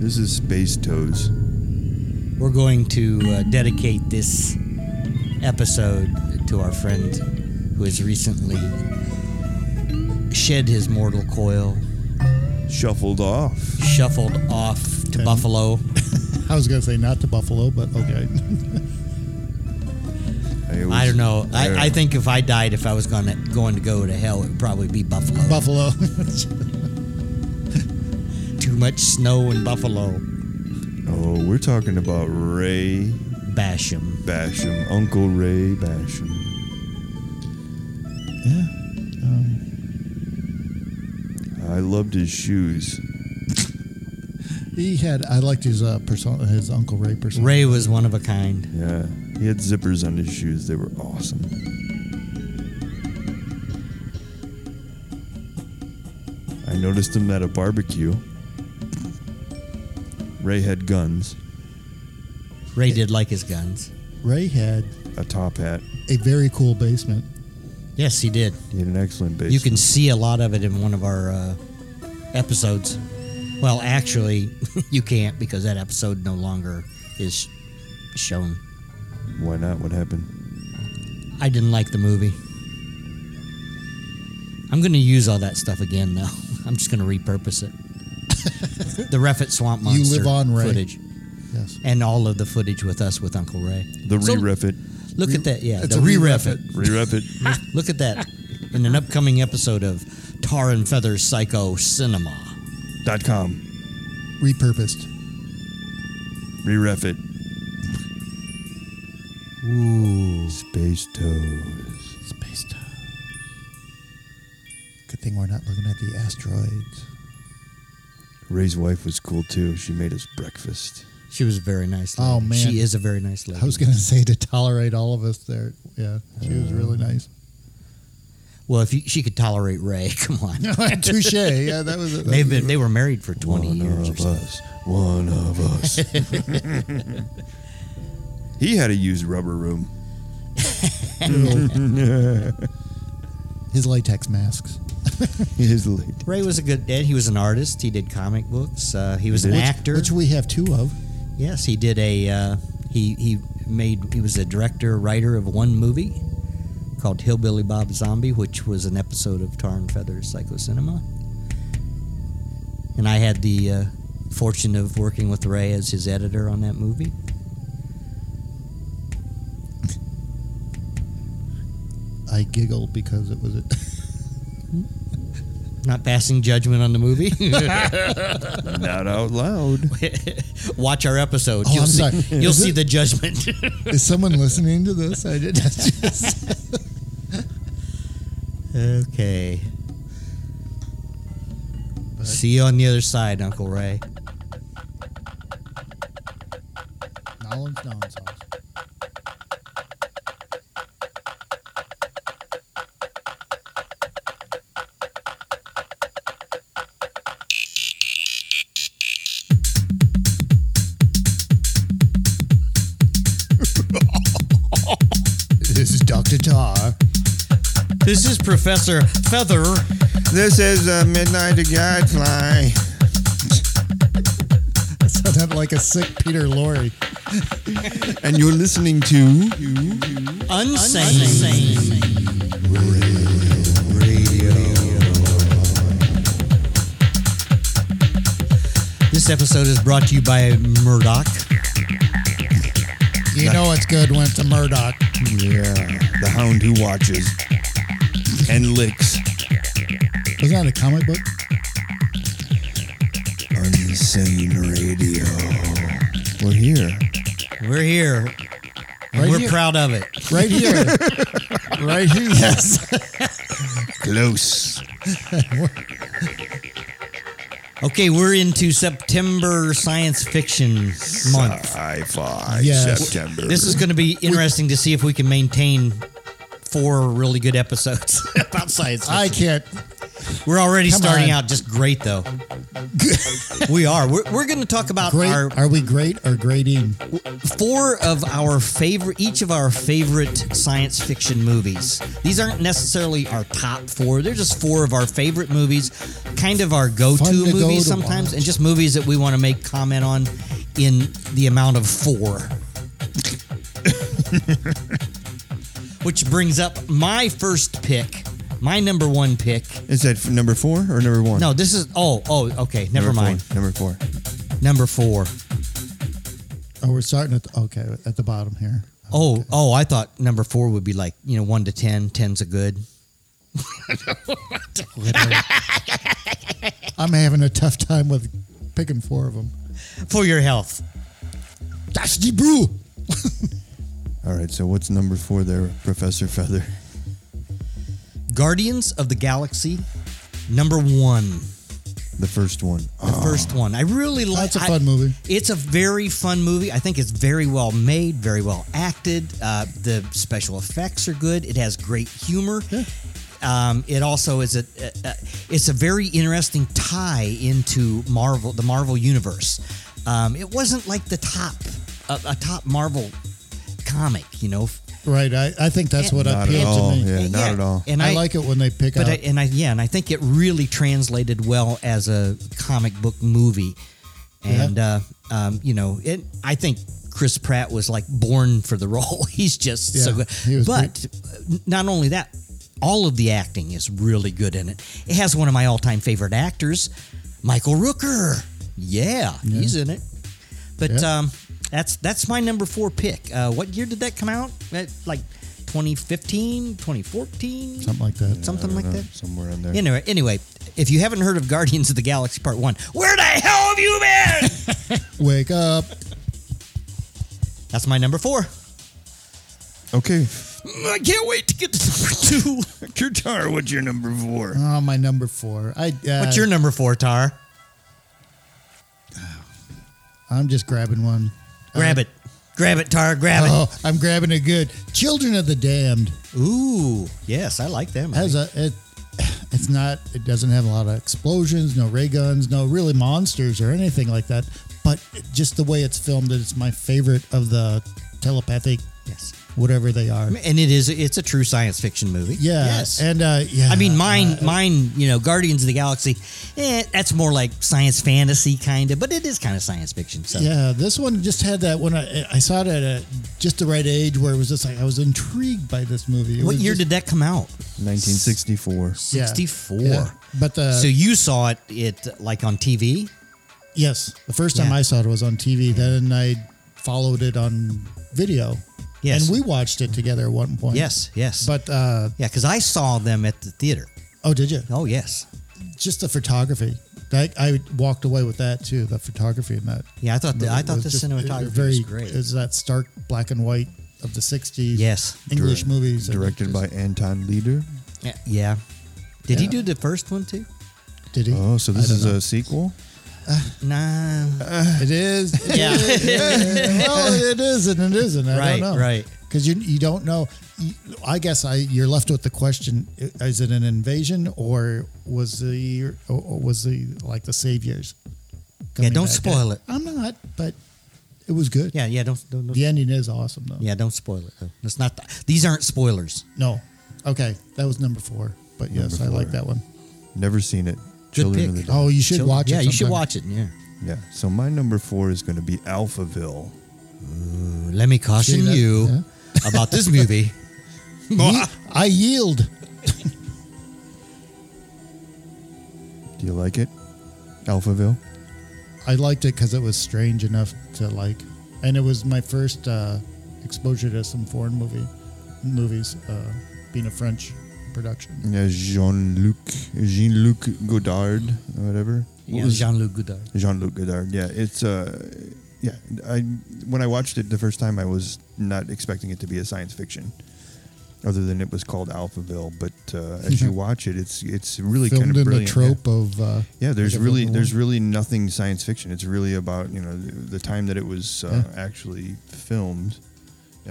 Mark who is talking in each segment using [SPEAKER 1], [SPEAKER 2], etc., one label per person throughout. [SPEAKER 1] This is Space Toes.
[SPEAKER 2] We're going to uh, dedicate this episode to our friend who has recently shed his mortal coil,
[SPEAKER 1] Shuffled off.
[SPEAKER 2] shuffled off to
[SPEAKER 3] And-
[SPEAKER 2] Buffalo.
[SPEAKER 3] I was going to say not to Buffalo, but okay.
[SPEAKER 1] was-
[SPEAKER 2] I don't know.
[SPEAKER 1] don't
[SPEAKER 2] I, I think if I died, if I was gonna going to go to hell, it would probably be Buffalo.
[SPEAKER 3] Buffalo.
[SPEAKER 2] Too much snow in Buffalo.
[SPEAKER 1] Oh, we're talking about Ray
[SPEAKER 2] Basham.
[SPEAKER 1] Basham, Uncle Ray Basham.
[SPEAKER 3] yeah. Um,
[SPEAKER 1] I loved his shoes.
[SPEAKER 3] he had, I liked his uh, persona, his Uncle Ray persona.
[SPEAKER 2] Ray was one of a kind.
[SPEAKER 1] Yeah, he had zippers on his shoes. They were awesome. I noticed him at a barbecue. Ray had guns,
[SPEAKER 2] Ray did like his guns.
[SPEAKER 3] Ray had
[SPEAKER 1] a top hat.
[SPEAKER 3] a very cool basement.
[SPEAKER 2] Yes, he did.
[SPEAKER 1] He had an excellent base.
[SPEAKER 2] You can see a lot of it in one of our uh, episodes. Well, actually, you can't because that episode no longer is shown.
[SPEAKER 1] Why not? What happened?
[SPEAKER 2] I didn't like the movie. I'm going to use all that stuff again, though. I'm just going to repurpose it. the Refit Swamp
[SPEAKER 3] You
[SPEAKER 2] Monster
[SPEAKER 3] live on, Ray.
[SPEAKER 2] footage.
[SPEAKER 3] Yes.
[SPEAKER 2] And all of the footage with us with Uncle Ray.
[SPEAKER 1] The
[SPEAKER 2] So-
[SPEAKER 1] re-ref it.
[SPEAKER 2] Look at that. Yeah,
[SPEAKER 3] It's
[SPEAKER 2] the
[SPEAKER 3] a
[SPEAKER 2] re-ref
[SPEAKER 3] re-ref
[SPEAKER 2] it.
[SPEAKER 1] Re-ref it.
[SPEAKER 2] Look at that in an upcoming episode of Tar and Feather Psycho Cinema.
[SPEAKER 1] Dot com.
[SPEAKER 3] Repurposed.
[SPEAKER 1] Re-ref it.
[SPEAKER 2] Ooh.
[SPEAKER 1] Space toes.
[SPEAKER 3] Space time. Good thing we're not looking at the asteroids.
[SPEAKER 1] Ray's wife was cool too. She made us breakfast.
[SPEAKER 2] She was a very nice lady.
[SPEAKER 3] Oh, man.
[SPEAKER 2] She is a very nice lady.
[SPEAKER 3] I was going to say to tolerate all of us there. Yeah, she was really nice.
[SPEAKER 2] well, if you, she could tolerate Ray, come on.
[SPEAKER 3] Touche. Yeah, that was. That
[SPEAKER 2] They've been, they were married for 20
[SPEAKER 1] One
[SPEAKER 2] years or
[SPEAKER 1] of
[SPEAKER 2] so.
[SPEAKER 1] us. One of us. he had a used rubber room.
[SPEAKER 3] his latex masks.
[SPEAKER 1] His late.
[SPEAKER 2] Ray was a good dad. He was an artist. He did comic books. Uh, he was an
[SPEAKER 1] Which-
[SPEAKER 2] actor.
[SPEAKER 3] Which we have two of.
[SPEAKER 2] yes, he did a. Uh, he he made. He was a director, writer of one movie called Hillbilly Bob Zombie, which was an episode of Tar and Feather Psycho Cinema. And I had the uh, fortune of working with Ray as his editor on that movie.
[SPEAKER 3] I giggled because it was a.
[SPEAKER 2] Not passing judgment on the movie.
[SPEAKER 1] Not out loud.
[SPEAKER 2] Watch our episode.
[SPEAKER 3] Oh,
[SPEAKER 2] you'll
[SPEAKER 3] I'm
[SPEAKER 2] see,
[SPEAKER 3] sorry.
[SPEAKER 2] You'll
[SPEAKER 3] Is
[SPEAKER 2] see
[SPEAKER 3] it-
[SPEAKER 2] the judgment.
[SPEAKER 3] Is someone listening to this? I did. that's just-
[SPEAKER 2] okay. See you on the other side, Uncle Ray.
[SPEAKER 3] Nolan's Nolan's house. This is Dr. Tar.
[SPEAKER 2] This is Professor Feather.
[SPEAKER 1] This is a midnight gadfly.
[SPEAKER 3] That sounded like a sick Peter Lorre.
[SPEAKER 1] And you're listening to
[SPEAKER 2] Unsane. This episode is brought to you by Murdoch.
[SPEAKER 3] You know it's good when it's a Murdoch.
[SPEAKER 1] the hound who watches and licks.
[SPEAKER 3] Was that a comic book?
[SPEAKER 1] Unsane Radio. We're here.
[SPEAKER 2] We're here. And
[SPEAKER 3] Right
[SPEAKER 2] we're
[SPEAKER 3] here.
[SPEAKER 2] proud of it.
[SPEAKER 3] Right here. right here. Yes.
[SPEAKER 1] Close.
[SPEAKER 2] Okay, we're into September Science Fiction Month.
[SPEAKER 1] Sci-fi.
[SPEAKER 3] Yes.
[SPEAKER 1] September.
[SPEAKER 2] This is going to be interesting to see if we can maintain four really good episodes about science.
[SPEAKER 3] I can't.
[SPEAKER 2] We're already
[SPEAKER 3] Come
[SPEAKER 2] starting
[SPEAKER 3] on.
[SPEAKER 2] out just great, though. we are. We're, we're going to talk about
[SPEAKER 3] Great.
[SPEAKER 2] our
[SPEAKER 3] Are we great or grading?
[SPEAKER 2] four of our favorite, each of our favorite science fiction movies. These aren't necessarily our top four. They're just four of our favorite movies, kind of our go-to
[SPEAKER 3] Fun to
[SPEAKER 2] movies
[SPEAKER 3] go to
[SPEAKER 2] sometimes, and
[SPEAKER 3] watch.
[SPEAKER 2] just movies that we want to make comment on in the amount of four. Which brings up my first pick, my number one pick.
[SPEAKER 1] Is that f- number four or number one?
[SPEAKER 2] No, this is oh oh okay, never
[SPEAKER 1] Number four,
[SPEAKER 2] mind.
[SPEAKER 1] Number four.
[SPEAKER 2] Number four.
[SPEAKER 3] Oh, we're starting at the, okay at the bottom here.
[SPEAKER 2] Oh, oh, I thought number four would be like, you know, one to ten. Ten's a good.
[SPEAKER 3] I'm having a tough time with picking four of them.
[SPEAKER 2] For your health.
[SPEAKER 3] That's the brew.
[SPEAKER 1] All right. So what's number four there, Professor Feather?
[SPEAKER 2] Guardians of the Galaxy, number one.
[SPEAKER 1] The first one.
[SPEAKER 2] The first one. I really like
[SPEAKER 3] Oh. That's a fun movie.
[SPEAKER 2] It's a very fun movie. I think it's very well made, very well acted. Uh, the special effects are good. It has great humor. Um, it also is a, a, a it's a very interesting tie into Marvel the Marvel universe. Um, it wasn't like the top a, a top Marvel comic, you know.
[SPEAKER 3] Right. I, I think that's what
[SPEAKER 1] Not at all,
[SPEAKER 3] appealed to me.
[SPEAKER 1] yeah. not at all.
[SPEAKER 2] And
[SPEAKER 3] I,
[SPEAKER 2] I,
[SPEAKER 3] like it when they pick
[SPEAKER 2] but
[SPEAKER 3] up.
[SPEAKER 2] I, and I yeah, and I think it really translated well as a comic book movie, and uh, um, you know, it. I think Chris Pratt was like born for the role. He's just so
[SPEAKER 3] Yeah,
[SPEAKER 2] good.
[SPEAKER 3] he was
[SPEAKER 2] but uh, not only that, all of the acting is really good in it. It has one of my all-time favorite actors, Michael Rooker. Yeah, he's in it. But
[SPEAKER 3] Yeah.
[SPEAKER 2] um, that's that's my number four pick. Uh, what year did that come out? Uh, Like 2015, 2014,
[SPEAKER 3] Something like that.
[SPEAKER 2] something
[SPEAKER 1] I
[SPEAKER 2] like
[SPEAKER 1] don't know,
[SPEAKER 2] that.
[SPEAKER 1] Somewhere in there.
[SPEAKER 2] Anyway, anyway, if you haven't heard of Guardians of the Galaxy Part One, where the hell have you been?
[SPEAKER 3] Wake up.
[SPEAKER 2] That's my number four.
[SPEAKER 1] Okay.
[SPEAKER 2] I can't wait to get to number two.
[SPEAKER 1] Kurtar, what's your number four?
[SPEAKER 3] Oh, my number four. I. Uh,
[SPEAKER 2] What's your number four, Tar?
[SPEAKER 3] I'm just grabbing one.
[SPEAKER 2] Grab it, grab it, Tar, grab
[SPEAKER 3] Oh, I'm grabbing a good Children of the Damned.
[SPEAKER 2] it. Ooh, yes, I like that. movie.
[SPEAKER 3] has a it it's not it doesn't have a lot of explosions no ray guns no really monsters or anything like that but just the way it's filmed it's my favorite of the telepathic
[SPEAKER 2] Yes,
[SPEAKER 3] whatever they are
[SPEAKER 2] and it is. It's a true science fiction movie.
[SPEAKER 3] yeah
[SPEAKER 2] Yes.
[SPEAKER 3] and uh yeah
[SPEAKER 2] I mean, mine, mine, you know, Guardians of the Galaxy. Eh, that's more like science fantasy, kind of, but it is kind of science fiction. So,
[SPEAKER 3] yeah this one just had that when i i saw it at a, just the right age where it was just like i was intrigued by this movie It
[SPEAKER 2] what
[SPEAKER 3] was
[SPEAKER 2] year did
[SPEAKER 3] just-
[SPEAKER 2] that come out?
[SPEAKER 1] 1964.
[SPEAKER 3] yeah,
[SPEAKER 2] 64.
[SPEAKER 3] yeah. but the
[SPEAKER 2] so you saw it, it like on TV.
[SPEAKER 3] yes the first time
[SPEAKER 2] Yeah.
[SPEAKER 3] i saw it was on tv then i followed it on video
[SPEAKER 2] Yes.
[SPEAKER 3] and we watched it together at one point
[SPEAKER 2] Yes, yes.
[SPEAKER 3] But uh,
[SPEAKER 2] yeah, because I saw them at the theater.
[SPEAKER 3] oh, did you?
[SPEAKER 2] Oh yes.
[SPEAKER 3] Just the photography. I, I walked away with that too. The photography in that.
[SPEAKER 2] Yeah, I thought the,
[SPEAKER 3] movie
[SPEAKER 2] I thought
[SPEAKER 3] was
[SPEAKER 2] the
[SPEAKER 3] just-
[SPEAKER 2] cinematography
[SPEAKER 3] very,
[SPEAKER 2] was great.
[SPEAKER 3] Is that stark black and white of the '60s?
[SPEAKER 2] Yes.
[SPEAKER 3] English
[SPEAKER 1] Direct-
[SPEAKER 3] movies that
[SPEAKER 1] Directed
[SPEAKER 3] was
[SPEAKER 1] by Anton Leader.
[SPEAKER 2] Yeah. yeah. Did he
[SPEAKER 3] Yeah.
[SPEAKER 2] do the first one too?
[SPEAKER 3] just- Did he?
[SPEAKER 1] Oh, so this
[SPEAKER 3] I
[SPEAKER 1] is
[SPEAKER 3] don't
[SPEAKER 1] a sequel?
[SPEAKER 2] Nah.
[SPEAKER 3] know. it is. It
[SPEAKER 2] Yeah.
[SPEAKER 3] is. well, it is and it isn't. I
[SPEAKER 2] Right,
[SPEAKER 3] don't know.
[SPEAKER 2] right.
[SPEAKER 3] Because you you don't know. You, I guess I you're left with the question: i- Is it an invasion or was the or- or was the like the saviors?
[SPEAKER 2] Yeah,
[SPEAKER 3] coming
[SPEAKER 2] don't
[SPEAKER 3] back in?
[SPEAKER 2] spoil it.
[SPEAKER 3] I'm not, but it was good.
[SPEAKER 2] Yeah, yeah. Don't don't. don't
[SPEAKER 3] The ending is awesome, though.
[SPEAKER 2] Yeah, don't spoil it. Though. That's not. these aren't spoilers.
[SPEAKER 3] No. Okay. That was number four. But yes,
[SPEAKER 1] Number
[SPEAKER 3] I like
[SPEAKER 1] four.
[SPEAKER 3] that one.
[SPEAKER 1] Never seen it.
[SPEAKER 2] Good
[SPEAKER 1] Children
[SPEAKER 2] pick.
[SPEAKER 1] of the Damned.
[SPEAKER 3] Oh, you should
[SPEAKER 2] So-
[SPEAKER 3] watch it.
[SPEAKER 2] Yeah, you should
[SPEAKER 3] sometime.
[SPEAKER 2] watch it. Yeah.
[SPEAKER 1] Yeah. So my number four is going to be Alphaville.
[SPEAKER 2] Let me caution
[SPEAKER 3] See that?
[SPEAKER 2] you about this movie.
[SPEAKER 3] Ye- I yield.
[SPEAKER 1] Do you like it? Alphaville?
[SPEAKER 3] I liked it because it was strange enough to like, and it was my first uh, exposure to some foreign movie, movies, uh, being a French production.
[SPEAKER 1] Yeah, Jean-Luc, Jean-Luc Godard, or whatever. What
[SPEAKER 2] Yeah,
[SPEAKER 1] was-
[SPEAKER 2] Jean-Luc Godard.
[SPEAKER 1] Jean-Luc Godard. Yeah, it's uh yeah, I when I watched it the first time I was not expecting it to be a science fiction other than it was called Alphaville, but uh, as you watch it it's it's really
[SPEAKER 3] Filmed
[SPEAKER 1] kind of
[SPEAKER 3] in
[SPEAKER 1] brilliant.
[SPEAKER 3] the
[SPEAKER 1] yeah.
[SPEAKER 3] trope of. Uh,
[SPEAKER 1] Yeah, there's
[SPEAKER 3] like a
[SPEAKER 1] really
[SPEAKER 3] film
[SPEAKER 1] there's
[SPEAKER 3] noir.
[SPEAKER 1] really nothing science fiction. It's really about you know the, the time that it was uh, actually filmed,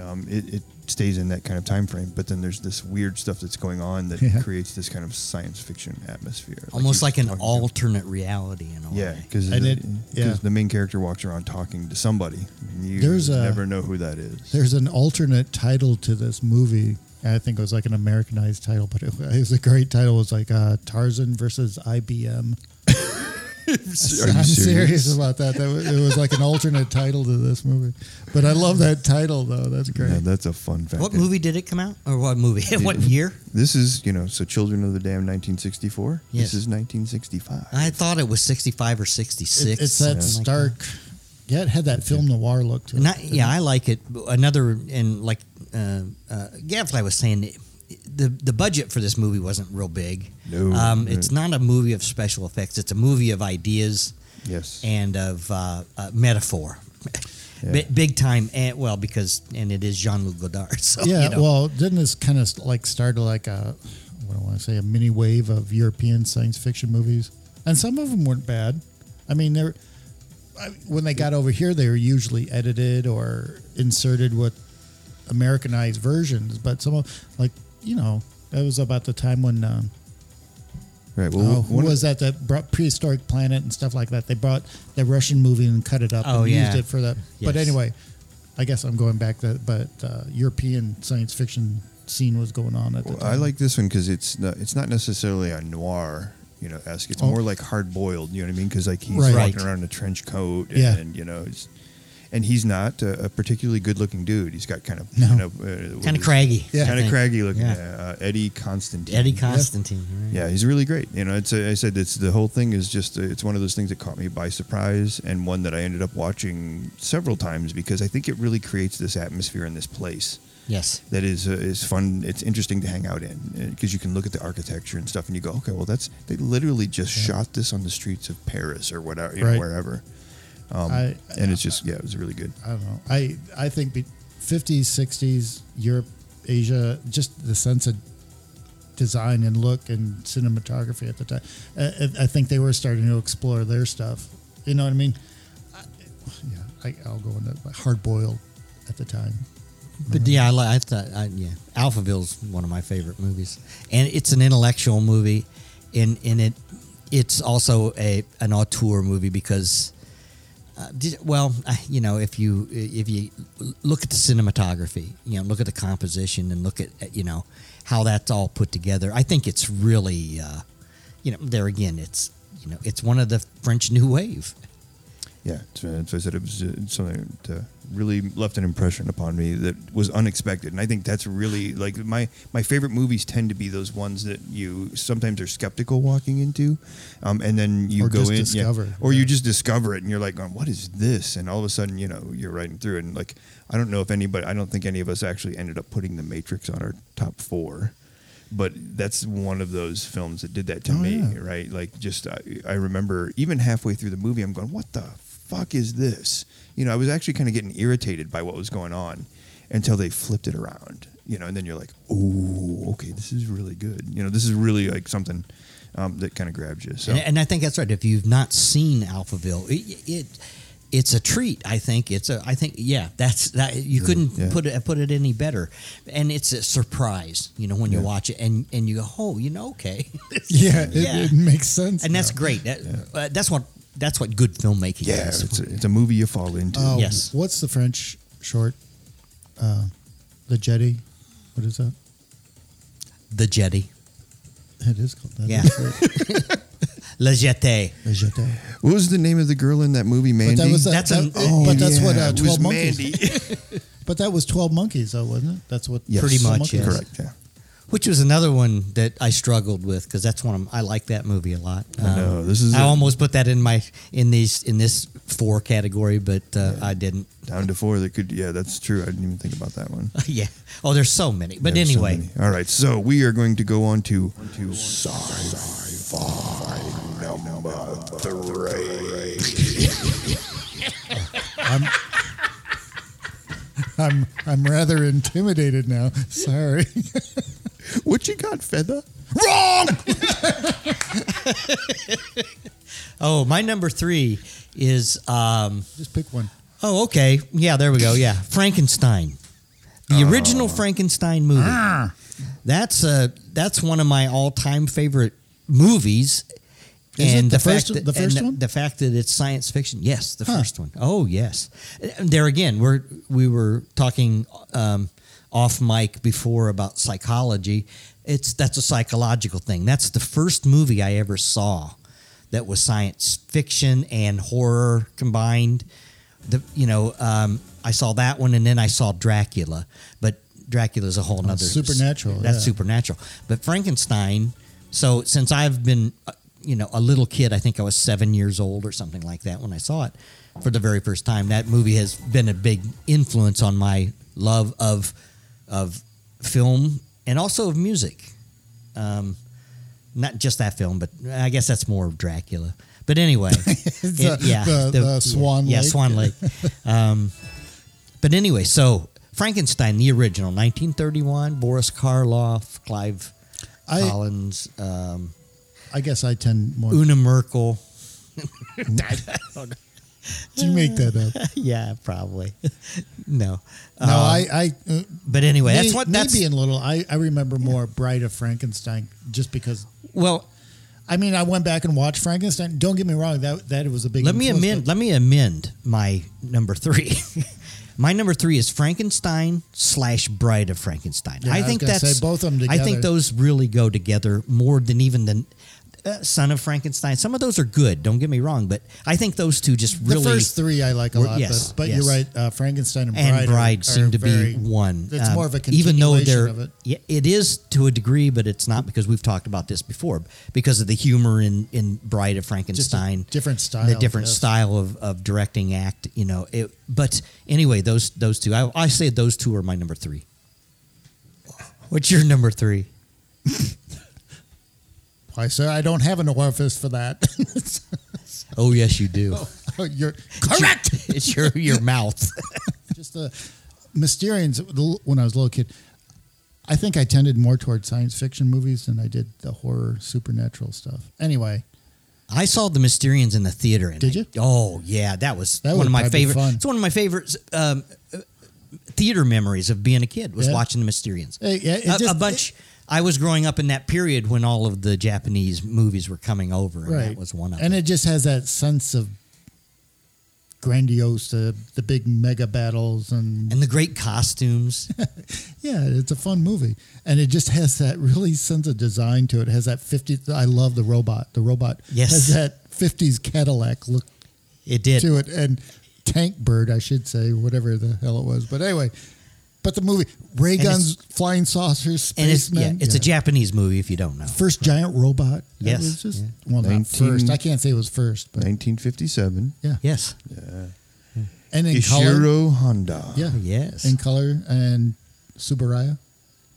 [SPEAKER 1] um, it, it stays in that kind of time frame. But then there's this weird stuff that's going on that
[SPEAKER 3] Yeah.
[SPEAKER 1] creates this kind of science fiction atmosphere, like
[SPEAKER 2] Almost
[SPEAKER 1] you
[SPEAKER 2] like
[SPEAKER 1] were
[SPEAKER 2] an
[SPEAKER 1] talking to.
[SPEAKER 2] alternate reality in a
[SPEAKER 1] Yeah,
[SPEAKER 2] way.
[SPEAKER 1] because
[SPEAKER 3] And
[SPEAKER 1] the,
[SPEAKER 3] it- yeah.
[SPEAKER 1] 'cause the main character walks around talking to somebody. And you
[SPEAKER 3] There's a-
[SPEAKER 1] never know who that is.
[SPEAKER 3] There's an alternate title to this movie. I think it was like an Americanized title, but it, it was a great title. It was like uh, Tarzan versus IBM.
[SPEAKER 1] Are you
[SPEAKER 3] I'm serious?
[SPEAKER 1] serious?
[SPEAKER 3] about that. that was, it was like an alternate title to this movie, but I love that title though. That's great.
[SPEAKER 1] Yeah, that's a fun fact.
[SPEAKER 2] What movie did it come out? Or what movie? what year?
[SPEAKER 1] This is, you know, so Children of the Damned, 1964.
[SPEAKER 2] Yes.
[SPEAKER 1] This is 1965.
[SPEAKER 3] Uh,
[SPEAKER 2] I thought it was 65 or 66.
[SPEAKER 3] It- it's
[SPEAKER 2] something
[SPEAKER 3] that
[SPEAKER 2] like
[SPEAKER 3] stark. Yeah, it had that film noir look uh-huh. to it.
[SPEAKER 2] Not, yeah, I like it. Another and like uh, uh, Gavfly was saying, the the budget for this movie wasn't real big.
[SPEAKER 1] No.
[SPEAKER 2] um, it's not a movie of special effects. It's a movie of ideas
[SPEAKER 1] Yes.
[SPEAKER 2] and of uh, uh, metaphor,
[SPEAKER 1] Yeah.
[SPEAKER 2] Bi- big time. And, well, because and it is Jean Luc Godard. So
[SPEAKER 3] yeah,
[SPEAKER 2] you know.
[SPEAKER 3] well, didn't this kind of like start like a what do I want to say a mini wave of European science fiction movies, and some of them weren't bad. I mean, they're I, when they got over here, they were usually edited or inserted with Americanized versions. But some of like you know that was about the time when. Um,
[SPEAKER 1] right.
[SPEAKER 3] Oh,
[SPEAKER 1] Well,
[SPEAKER 3] who
[SPEAKER 1] one of-
[SPEAKER 3] was that that brought prehistoric planet and stuff like that? They brought the Russian movie and cut it up
[SPEAKER 2] Oh,
[SPEAKER 3] and
[SPEAKER 2] yeah.
[SPEAKER 3] used it for that. But
[SPEAKER 2] Yes.
[SPEAKER 3] anyway, I guess I'm going back to but uh, European science fiction scene was going on at the
[SPEAKER 1] well,
[SPEAKER 3] time.
[SPEAKER 2] um,
[SPEAKER 1] I like this one because it's not, it's not necessarily a noir, you know, esque. It's
[SPEAKER 3] Oh.
[SPEAKER 1] more like hard boiled. You know what I mean? Because like he's
[SPEAKER 3] Right.
[SPEAKER 1] walking
[SPEAKER 2] Right.
[SPEAKER 1] around in a trench coat, and,
[SPEAKER 3] Yeah.
[SPEAKER 1] you know, it's, and he's not a, a particularly good looking dude. He's got kind of
[SPEAKER 3] No.
[SPEAKER 1] you know, uh, what
[SPEAKER 2] kind
[SPEAKER 1] is-
[SPEAKER 2] of craggy. I
[SPEAKER 1] kind of
[SPEAKER 2] think.
[SPEAKER 1] craggy looking.
[SPEAKER 2] Yeah.
[SPEAKER 1] Uh, Eddie Constantine.
[SPEAKER 2] Eddie Constantine. right.
[SPEAKER 1] Yeah, he's really great. You know, it's a, I said it's the whole thing is just uh, it's one of those things that caught me by surprise and one that I ended up watching several times because I think it really creates this atmosphere in this place
[SPEAKER 2] Yes.
[SPEAKER 1] that is uh, is fun. It's interesting to hang out in because you can look at the architecture and stuff and you go, okay, well that's they literally just shot this on the streets of Paris or whatever, you know,
[SPEAKER 3] Right.
[SPEAKER 1] wherever. Um,
[SPEAKER 3] I-
[SPEAKER 1] and it's just yeah, it was really good.
[SPEAKER 3] I don't know. I I think be- 50s, 60s, Europe, Asia, just the sense of design and look and cinematography at the time. I, I- I think they were starting to explore their stuff. You know what I mean? I, yeah, I, I'll go into hard boiled at the time.
[SPEAKER 2] But yeah, I, li- I thought I, yeah, Alphaville's one of my favorite movies, and it's an intellectual movie, and and it it's also a an auteur movie because. Uh, did, well, I- you know, if you if you look at the cinematography, you know, look at the composition, and look at at, you know how that's all put together, I think it's really, uh, you know, there again, it's you know, it's one of the French New Wave.
[SPEAKER 1] Yeah, so that's why I said it was uh, something that uh, really left an impression upon me that was unexpected, and I think that's really like my my favorite movies tend to be those ones that you sometimes are skeptical walking into, um, and then you
[SPEAKER 3] Or
[SPEAKER 1] go
[SPEAKER 3] just
[SPEAKER 1] in, yeah,
[SPEAKER 3] discover,
[SPEAKER 1] or you
[SPEAKER 3] yeah.
[SPEAKER 1] just discover it, and you're like, going, "What is this?" And all of a sudden, you know, you're riding through, it and like I don't know if anybody, I don't think any of us actually ended up putting The Matrix on our top four. But that's one of those films that did that to
[SPEAKER 3] Oh,
[SPEAKER 1] me,
[SPEAKER 3] yeah.
[SPEAKER 1] right? Like, just I, I remember even halfway through the movie, I'm going, "What the fuck is this?" You know, I was actually kind of getting irritated by what was going on until they flipped it around. You know, and then you're like, "Oh, okay, this is really good." You know, this is really like something um, that kind of grabs you. So,
[SPEAKER 2] And, and I think that's right. If you've not seen Alphaville, it, it it's a treat. I think it's a. I think yeah, that's that. You couldn't
[SPEAKER 1] yeah.
[SPEAKER 2] put it put it any better. And it's a surprise, you know, when you
[SPEAKER 1] Yeah.
[SPEAKER 2] watch it and and you go, oh, you know, okay,
[SPEAKER 3] Yeah, it,
[SPEAKER 2] Yeah.
[SPEAKER 3] it makes sense.
[SPEAKER 2] and that's
[SPEAKER 3] now.
[SPEAKER 2] great. That, uh, that's what that's what good filmmaking
[SPEAKER 1] yeah,
[SPEAKER 2] is.
[SPEAKER 1] it's a, it's a movie you fall into.
[SPEAKER 3] Oh,
[SPEAKER 2] Yes.
[SPEAKER 3] What's the French short? Uh, the Jetty. What is that?
[SPEAKER 2] the Jetty,
[SPEAKER 3] It is called that.
[SPEAKER 2] Yeah.
[SPEAKER 3] That's it.
[SPEAKER 2] Le Jeté.
[SPEAKER 3] The Jetty.
[SPEAKER 1] What was the name of the girl in that movie, Mandy?
[SPEAKER 3] But that was that,
[SPEAKER 2] That's
[SPEAKER 3] that-
[SPEAKER 2] a-
[SPEAKER 1] Oh,
[SPEAKER 3] but that's
[SPEAKER 1] yeah,
[SPEAKER 3] what uh,
[SPEAKER 1] it was
[SPEAKER 3] twelve monkeys.
[SPEAKER 1] Mandy.
[SPEAKER 3] But that was twelve monkeys, though, wasn't it? That's what
[SPEAKER 1] Yes.
[SPEAKER 2] Pretty
[SPEAKER 3] 12
[SPEAKER 2] much,
[SPEAKER 3] Monkeys.
[SPEAKER 2] yes.
[SPEAKER 1] Correct. Yeah.
[SPEAKER 2] Which was another one that I struggled with because that's one of, I like that movie a lot. Um,
[SPEAKER 1] I know, this is
[SPEAKER 2] I
[SPEAKER 1] a-
[SPEAKER 2] almost put that in my in these in this four category, but uh, I didn't.
[SPEAKER 1] Down to four. That could. Yeah, that's true. I didn't even think about that one.
[SPEAKER 2] yeah. Oh, there's so many. But
[SPEAKER 1] There's so
[SPEAKER 2] anyway,
[SPEAKER 1] many. all right. So we are going to go on to, to sci-fi number three.
[SPEAKER 3] I'm, I'm I'm rather intimidated now. Sorry.
[SPEAKER 1] what you got, Feather?
[SPEAKER 3] Wrong.
[SPEAKER 2] oh, my number three is um,
[SPEAKER 3] Just pick one.
[SPEAKER 2] oh okay, yeah, there we go. Yeah, Frankenstein. The original Frankenstein movie. That's a that's one of my all time favorite movies.
[SPEAKER 3] Is it
[SPEAKER 2] and
[SPEAKER 3] the
[SPEAKER 2] the, fact
[SPEAKER 3] first-
[SPEAKER 2] that,
[SPEAKER 3] the
[SPEAKER 2] and
[SPEAKER 3] first one?
[SPEAKER 2] the fact that it's science fiction, yes, the first one. Oh yes. There again, we're we were talking um, off mic before about psychology. It's that's a psychological thing. That's the first movie I ever saw that was science fiction and horror combined. The you know um, I saw that one and then I saw Dracula, but Dracula's a whole nother
[SPEAKER 3] Oh, supernatural,
[SPEAKER 2] That's
[SPEAKER 3] yeah.
[SPEAKER 2] supernatural. But Frankenstein. So since I've been uh, you know a little kid, I think I was seven years old or something like that when I saw it for the very first time. That movie has been a big influence on my love of of film and also of music Um, not just that film, but I guess that's more of Dracula. But anyway,
[SPEAKER 3] The-
[SPEAKER 2] it- yeah,
[SPEAKER 3] the- the Swan
[SPEAKER 2] yeah,
[SPEAKER 3] Lake.
[SPEAKER 2] Swan Lake. Um, but anyway, so Frankenstein, the original, 1931, Boris Karloff, Clive
[SPEAKER 3] I-
[SPEAKER 2] Collins, um,
[SPEAKER 3] I guess I tend more.
[SPEAKER 2] Una Merkel.
[SPEAKER 3] Did you make that up?
[SPEAKER 2] yeah, probably. no,
[SPEAKER 3] No,
[SPEAKER 2] Uh-huh.
[SPEAKER 3] I. I uh,
[SPEAKER 2] but anyway,
[SPEAKER 3] me-
[SPEAKER 2] that's what
[SPEAKER 3] me
[SPEAKER 2] that's.
[SPEAKER 3] being little. I, I remember more Bride of Frankenstein just because.
[SPEAKER 2] well,
[SPEAKER 3] I mean, I went back and watched Frankenstein. Don't get me wrong. That that was a big.
[SPEAKER 2] Let me
[SPEAKER 3] influence,
[SPEAKER 2] amend.
[SPEAKER 3] but
[SPEAKER 2] Let me amend my number three. my number three is Frankenstein slash Bride of Frankenstein.
[SPEAKER 3] Yeah, I
[SPEAKER 2] I
[SPEAKER 3] was
[SPEAKER 2] think
[SPEAKER 3] gonna
[SPEAKER 2] that's
[SPEAKER 3] say both of 'em
[SPEAKER 2] I
[SPEAKER 3] together.
[SPEAKER 2] think those really go together more than even the uh, Son of Frankenstein. Some of those are good. Don't get me wrong, but I think those two just
[SPEAKER 3] the
[SPEAKER 2] really
[SPEAKER 3] first three I like a lot.
[SPEAKER 2] yes,
[SPEAKER 3] but, but
[SPEAKER 2] yes.
[SPEAKER 3] you're right. Uh, Frankenstein and Bride,
[SPEAKER 2] and
[SPEAKER 3] are-
[SPEAKER 2] Bride
[SPEAKER 3] are
[SPEAKER 2] seem to
[SPEAKER 3] very-
[SPEAKER 2] be one.
[SPEAKER 3] It's
[SPEAKER 2] Um,
[SPEAKER 3] more of a
[SPEAKER 2] even though
[SPEAKER 3] continuation
[SPEAKER 2] they're
[SPEAKER 3] of it.
[SPEAKER 2] yeah, it is to a degree, but it's not because we've talked about this before because of the humor in in Bride of Frankenstein,
[SPEAKER 3] different
[SPEAKER 2] the
[SPEAKER 3] style,
[SPEAKER 2] different
[SPEAKER 3] yes.
[SPEAKER 2] style of, of directing act. You know, it, but anyway, those those two, I, I say those two are my number three. What's your number three?
[SPEAKER 3] I said I don't have an orifice for that.
[SPEAKER 2] Oh yes, you do.
[SPEAKER 3] Oh, you're correct.
[SPEAKER 2] it's your your mouth.
[SPEAKER 3] just the Mysterians. the- When I was a little kid, I think I tended more towards science fiction movies than I did the horror supernatural stuff. Anyway,
[SPEAKER 2] I saw the Mysterians in the theater. And
[SPEAKER 3] Did
[SPEAKER 2] I-
[SPEAKER 3] you?
[SPEAKER 2] oh yeah, that was
[SPEAKER 3] That
[SPEAKER 2] one
[SPEAKER 3] would
[SPEAKER 2] of my
[SPEAKER 3] probably be
[SPEAKER 2] favorite.
[SPEAKER 3] fun.
[SPEAKER 2] It's one of my favorite um, uh, theater memories of being a kid was
[SPEAKER 3] Yeah.
[SPEAKER 2] watching the Mysterians.
[SPEAKER 3] Hey, yeah, it
[SPEAKER 2] a, a
[SPEAKER 3] just-
[SPEAKER 2] bunch. I was growing up in that period when all of the Japanese movies were coming over, and
[SPEAKER 3] right,
[SPEAKER 2] that was one of
[SPEAKER 3] and
[SPEAKER 2] them.
[SPEAKER 3] it just has that sense of grandiose, the the big mega battles, and
[SPEAKER 2] and the great costumes.
[SPEAKER 3] yeah, it's a fun movie, and it just has that really sense of design to it. it has that fifty? I love the robot. The robot
[SPEAKER 2] Yes.
[SPEAKER 3] has that fifties Cadillac look
[SPEAKER 2] It did.
[SPEAKER 3] to it and Tank Bird, I should say, whatever the hell it was. But anyway, but the movie ray
[SPEAKER 2] And it's-
[SPEAKER 3] guns, flying saucers,
[SPEAKER 2] and it's yeah,
[SPEAKER 3] spacemen.
[SPEAKER 2] it's a Japanese movie if you don't know.
[SPEAKER 3] first giant robot. That
[SPEAKER 2] Yes.
[SPEAKER 3] was just
[SPEAKER 2] Yeah.
[SPEAKER 3] well, not
[SPEAKER 1] 19
[SPEAKER 3] first. I can't say it was first, but
[SPEAKER 1] 1957.
[SPEAKER 3] yeah,
[SPEAKER 2] Yes.
[SPEAKER 3] and in color,
[SPEAKER 1] Ishiro Honda.
[SPEAKER 3] yeah,
[SPEAKER 2] Yes.
[SPEAKER 3] in color and Subaraya,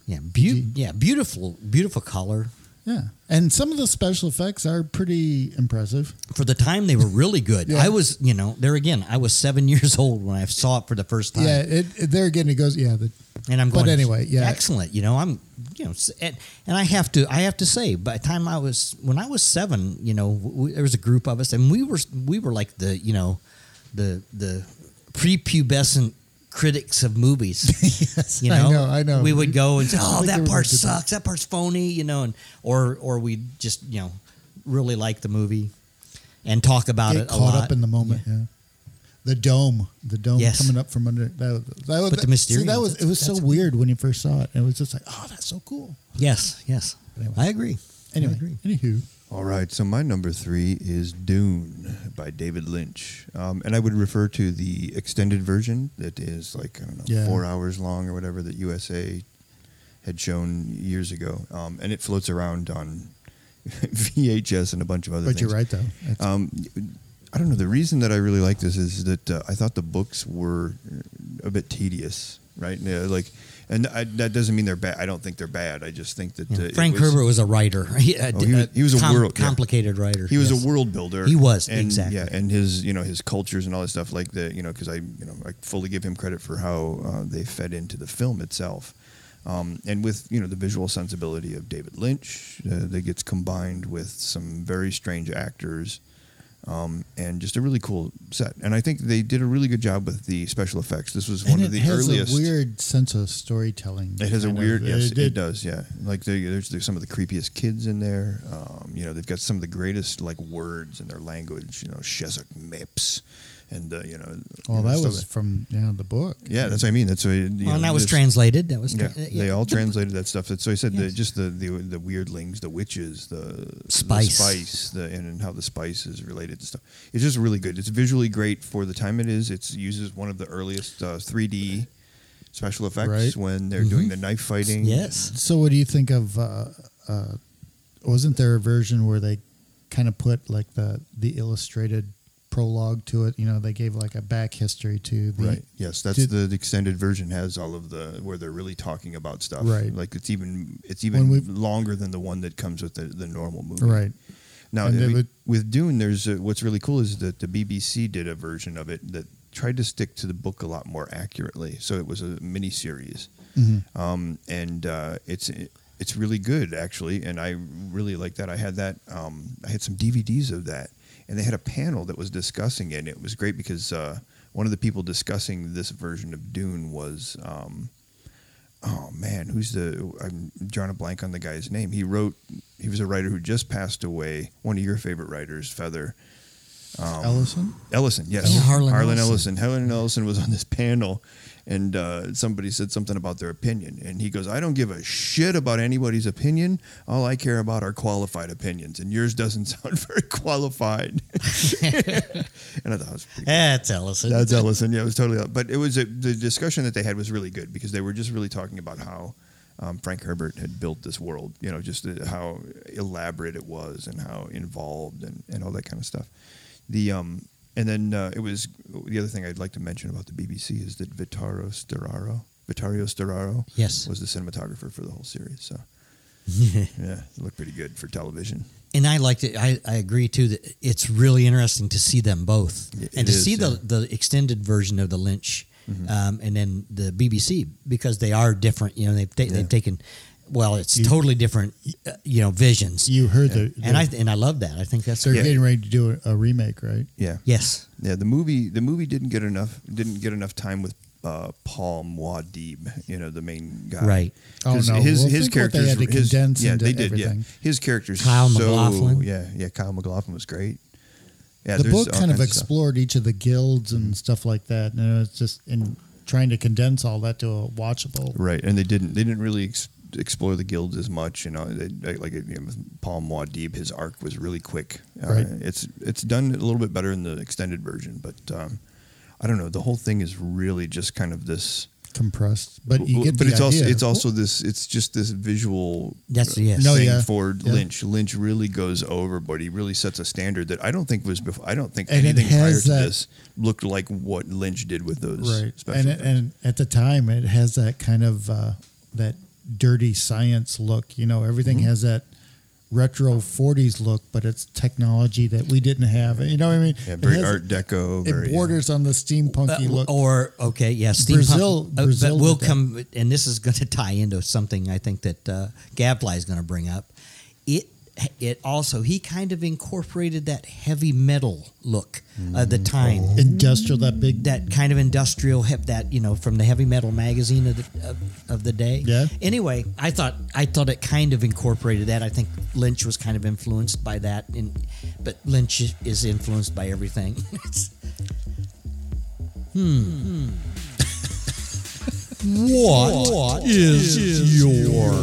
[SPEAKER 2] Yeah. Beau- yeah. Beautiful. Beautiful color.
[SPEAKER 3] yeah, and some of the special effects are pretty impressive.
[SPEAKER 2] for the time they were really good.
[SPEAKER 3] Yeah.
[SPEAKER 2] I was, you know, there again, I was seven years old when I saw it for the first time.
[SPEAKER 3] Yeah, it, it, there again, it goes, yeah, the,
[SPEAKER 2] And I'm
[SPEAKER 3] But
[SPEAKER 2] going,
[SPEAKER 3] anyway, yeah.
[SPEAKER 2] excellent. You know, I'm, you know, s- and, and I have to, I have to say, by the time I was, when I was seven, you know, we, there was a group of us, and we were, we were like the, you know, the the prepubescent critics of movies. you know,
[SPEAKER 3] I know, I know.
[SPEAKER 2] We would go and say,
[SPEAKER 3] I
[SPEAKER 2] oh,
[SPEAKER 3] think
[SPEAKER 2] that
[SPEAKER 3] everyone
[SPEAKER 2] part
[SPEAKER 3] did that.
[SPEAKER 2] sucks, that part's phony, you know, and or or we just, you know, really like the movie and talk about
[SPEAKER 3] get
[SPEAKER 2] it a
[SPEAKER 3] caught
[SPEAKER 2] lot.
[SPEAKER 3] up in the moment. Yeah. The dome, the dome
[SPEAKER 2] Yes.
[SPEAKER 3] coming up from under. That, that was
[SPEAKER 2] But the
[SPEAKER 3] see, that
[SPEAKER 2] Mysterians,
[SPEAKER 3] was it
[SPEAKER 2] that's-
[SPEAKER 3] was so
[SPEAKER 2] that's-
[SPEAKER 3] weird when you first saw it. It was just like, oh, that's so cool.
[SPEAKER 2] Yes, yes.
[SPEAKER 3] Anyway.
[SPEAKER 2] I agree.
[SPEAKER 3] Anyway,
[SPEAKER 2] I agree.
[SPEAKER 3] anywho,
[SPEAKER 1] All right, so my number three is Dune by David Lynch, um, and I would refer to the extended version that is like I don't know
[SPEAKER 3] Yeah.
[SPEAKER 1] four hours long or whatever that USA had shown years ago, um, and it floats around on VHS and a bunch of other.
[SPEAKER 3] but
[SPEAKER 1] things.
[SPEAKER 3] you're right though. It's-
[SPEAKER 1] Um, I don't know. The reason that I really like this is that uh, I thought the books were a bit tedious, right? Yeah, like, and I, that doesn't mean they're bad. I don't think they're bad. I just think that uh,
[SPEAKER 2] Yeah.
[SPEAKER 1] it
[SPEAKER 2] Frank
[SPEAKER 1] was-
[SPEAKER 2] Herbert was a writer. He, uh,
[SPEAKER 1] Oh, he was- he was a world- yeah.
[SPEAKER 2] complicated writer.
[SPEAKER 1] He was
[SPEAKER 2] yes.
[SPEAKER 1] a world builder.
[SPEAKER 2] He was,
[SPEAKER 1] and,
[SPEAKER 2] exactly.
[SPEAKER 1] Yeah, and his you know his cultures and all that stuff like the you know because I you know I fully give him credit for how uh, they fed into the film itself, um, and with you know the visual sensibility of David Lynch uh, that gets combined with some very strange actors. um, and just a really cool set. And I think they did a really good job with the special effects. This was one
[SPEAKER 3] and
[SPEAKER 1] of
[SPEAKER 3] it
[SPEAKER 1] the
[SPEAKER 3] has
[SPEAKER 1] earliest.
[SPEAKER 3] a weird sense of storytelling.
[SPEAKER 1] It has a
[SPEAKER 3] kind of-
[SPEAKER 1] weird, yes, it,
[SPEAKER 3] did-
[SPEAKER 1] does, yeah. Like they, there's, there's some of the creepiest kids in there. Um, you know, they've got some of the greatest like words in their language. You know, Shezak Mips, and uh, you know,
[SPEAKER 3] Well,
[SPEAKER 1] you know,
[SPEAKER 3] Oh, that
[SPEAKER 1] stuff
[SPEAKER 3] was from yeah the book.
[SPEAKER 1] yeah. That's what I mean. That's what, you
[SPEAKER 2] Well,
[SPEAKER 1] know,
[SPEAKER 2] and that was
[SPEAKER 1] this-
[SPEAKER 2] translated. That was
[SPEAKER 1] Yeah,
[SPEAKER 2] tra-
[SPEAKER 1] they all translated that stuff. That so I said the,
[SPEAKER 2] Yes.
[SPEAKER 1] just the, the the weirdlings, the witches, the
[SPEAKER 2] Spice.
[SPEAKER 1] the spice, the and, and how the spice is related to stuff. It's just really good. It's visually great for the time it is. It uses one of the earliest uh, 3D special effects
[SPEAKER 3] Right.
[SPEAKER 1] when they're doing the knife fighting.
[SPEAKER 2] Mm-hmm. Yes.
[SPEAKER 3] So, what do you think of? Uh, uh, wasn't there a version where they kind of put like the the illustrated prologue to it? You know, they gave like a back history to the
[SPEAKER 1] Right. Yes, that's
[SPEAKER 3] Did-
[SPEAKER 1] the, the extended version has all of the where they're really talking about stuff.
[SPEAKER 3] Right.
[SPEAKER 1] Like it's even it's
[SPEAKER 3] When
[SPEAKER 1] even
[SPEAKER 3] we-
[SPEAKER 1] longer than the one that comes with the, the normal movie.
[SPEAKER 3] right.
[SPEAKER 1] Now,
[SPEAKER 3] And
[SPEAKER 1] I
[SPEAKER 3] they
[SPEAKER 1] mean,
[SPEAKER 3] would-
[SPEAKER 1] with Dune, there's a, what's really cool is that the BBC did a version of it that tried to stick to the book a lot more accurately. So it was a mini series, um, and uh, it's it's really good actually, and I really like that. I had that. Um, I had some DVDs of that, and they had a panel that was discussing it. And it was great because uh, one of the people discussing this version of Dune was. Um, oh man, who's the? I'm drawing a blank on the guy's name. He wrote. He was a writer who just passed away. One of your favorite writers, Feather Um,
[SPEAKER 3] Ellison.
[SPEAKER 1] Ellison. Yes,
[SPEAKER 2] Yeah, Harlan
[SPEAKER 1] Ellison. Harlan Ellison was on this panel, and uh, somebody said something about their opinion, and he goes, "I don't give a shit about anybody's opinion. All I care about are qualified opinions, and yours doesn't sound very qualified." and I thought it was pretty
[SPEAKER 2] That's Ellison.
[SPEAKER 1] that's Ellison. Yeah, it was totally. But it was a, the discussion that they had was really good because they were just really talking about how um, Frank Herbert had built this world. You know, just uh, how elaborate it was and how involved and, and all that kind of stuff. The um and then uh, it was the other thing I'd like to mention about the BBC is that Vittorio Storaro, Vittorio Storaro,
[SPEAKER 2] Yes.
[SPEAKER 1] was the cinematographer for the whole series. So yeah, it looked pretty good for television.
[SPEAKER 2] and I liked it. I, I agree too that it's really interesting to see them both
[SPEAKER 1] It-
[SPEAKER 2] and to
[SPEAKER 1] it is,
[SPEAKER 2] see the,
[SPEAKER 1] yeah. Mm-hmm.
[SPEAKER 2] the extended version of the Lynch um, and then the BBC because they are different. You know, they've, ta-
[SPEAKER 1] Yeah.
[SPEAKER 2] they've taken, well, it's totally different, uh, you know, visions.
[SPEAKER 3] You heard the,
[SPEAKER 2] and I and I love that. I think that's
[SPEAKER 3] they're
[SPEAKER 2] yeah.
[SPEAKER 3] getting ready to do a, a remake, right?
[SPEAKER 1] Yeah.
[SPEAKER 2] Yes.
[SPEAKER 1] Yeah, the movie the movie didn't get enough didn't get enough time with uh, Paul Muad'Dib, you know the main guy,
[SPEAKER 2] Right.
[SPEAKER 3] Oh,
[SPEAKER 1] 'Cause
[SPEAKER 3] no.
[SPEAKER 1] His
[SPEAKER 3] Well,
[SPEAKER 1] his
[SPEAKER 3] think what they
[SPEAKER 1] characters
[SPEAKER 3] had to
[SPEAKER 1] his,
[SPEAKER 3] condense
[SPEAKER 1] yeah
[SPEAKER 3] into
[SPEAKER 1] they did
[SPEAKER 3] everything.
[SPEAKER 1] yeah his characters
[SPEAKER 2] Kyle
[SPEAKER 1] so,
[SPEAKER 2] MacLachlan.
[SPEAKER 1] yeah yeah Kyle McLaughlin was great. Yeah,
[SPEAKER 3] the
[SPEAKER 1] there's
[SPEAKER 3] book
[SPEAKER 1] all
[SPEAKER 3] kind of
[SPEAKER 1] kinds stuff. Mm-hmm.
[SPEAKER 3] explored each of the guilds and stuff like that, and it's just in trying to condense all that to a watchable.
[SPEAKER 1] right, and they didn't they didn't really ex- explore the guilds as much. You know, they, they- like you know, with Paul Muad'Dib, his arc was really quick. Uh,
[SPEAKER 3] Right.
[SPEAKER 1] It's it's done a little bit better in the extended version, but um, I don't know. The whole thing is really just kind of this.
[SPEAKER 3] compressed, but you
[SPEAKER 1] Well,
[SPEAKER 3] get
[SPEAKER 1] but
[SPEAKER 3] the
[SPEAKER 1] it's also
[SPEAKER 3] idea.
[SPEAKER 1] it's also this it's just this visual
[SPEAKER 2] That's-
[SPEAKER 1] uh,
[SPEAKER 2] yes.
[SPEAKER 3] No,
[SPEAKER 1] thing
[SPEAKER 3] yeah.
[SPEAKER 1] for
[SPEAKER 3] Yeah.
[SPEAKER 1] Lynch. Lynch really goes overboard. He really sets a standard that I don't think was before. I don't think
[SPEAKER 3] And it
[SPEAKER 1] anything prior
[SPEAKER 3] has
[SPEAKER 1] to
[SPEAKER 3] that-
[SPEAKER 1] this looked like what Lynch did with those
[SPEAKER 3] right,
[SPEAKER 1] special
[SPEAKER 3] and it-
[SPEAKER 1] effects.
[SPEAKER 3] and at the time it has that kind of uh, that dirty science look. You know, everything
[SPEAKER 1] Mm-hmm.
[SPEAKER 3] has that retro '40s look, but it's technology that we didn't have. You know what I mean?
[SPEAKER 1] yeah,
[SPEAKER 3] It
[SPEAKER 1] very
[SPEAKER 3] has-
[SPEAKER 1] Art Deco.
[SPEAKER 3] It
[SPEAKER 1] very, uh,
[SPEAKER 3] borders on the steampunky
[SPEAKER 2] Uh,
[SPEAKER 3] look.
[SPEAKER 2] Or okay, yeah, steampunk.
[SPEAKER 3] Brazil-
[SPEAKER 2] uh,
[SPEAKER 3] Brazil
[SPEAKER 2] but we'll
[SPEAKER 3] did that.
[SPEAKER 2] come, and this is going to tie into something I think that uh, Gadfly is going to bring up. It it also he kind of incorporated that heavy metal look of
[SPEAKER 3] Mm-hmm.
[SPEAKER 2] the time.
[SPEAKER 3] Oh. Industrial, that big
[SPEAKER 2] That kind of industrial hip, that you know, from the heavy metal magazine of the of, of the day.
[SPEAKER 3] Yeah.
[SPEAKER 2] Anyway, I thought I thought it kind of incorporated that. I think Lynch was kind of influenced by that, and but Lynch is influenced by everything. It's- hmm. What, what is, your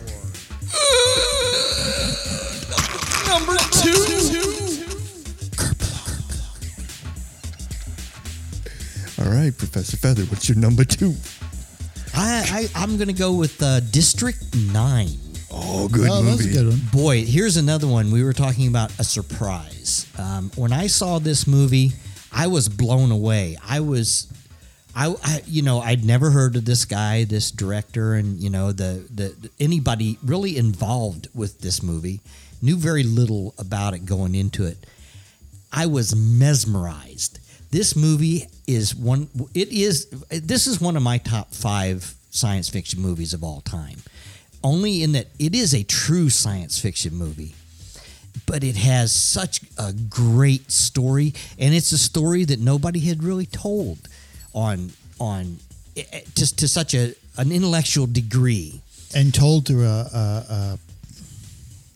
[SPEAKER 2] number two?
[SPEAKER 1] All right, Professor Feather, what's your number two?
[SPEAKER 2] I, I I'm gonna go with uh, District Nine.
[SPEAKER 1] Oh, good
[SPEAKER 3] oh,
[SPEAKER 1] movie.
[SPEAKER 3] that's a good one.
[SPEAKER 2] Boy, here's another one. We were talking about a surprise. Um, when I saw this movie, I was blown away. I was, I, I, you know, I'd never heard of this guy, this director, and you know, the the anybody really involved with this movie knew very little about it going into it. I was mesmerized. This movie is one. It is. This is one of my top five science fiction movies of all time. Only in that it is a true science fiction movie. but it has such a great story, and it's a story that nobody had really told on on eh, eh, just to such a an intellectual degree.
[SPEAKER 3] and told through a, a, a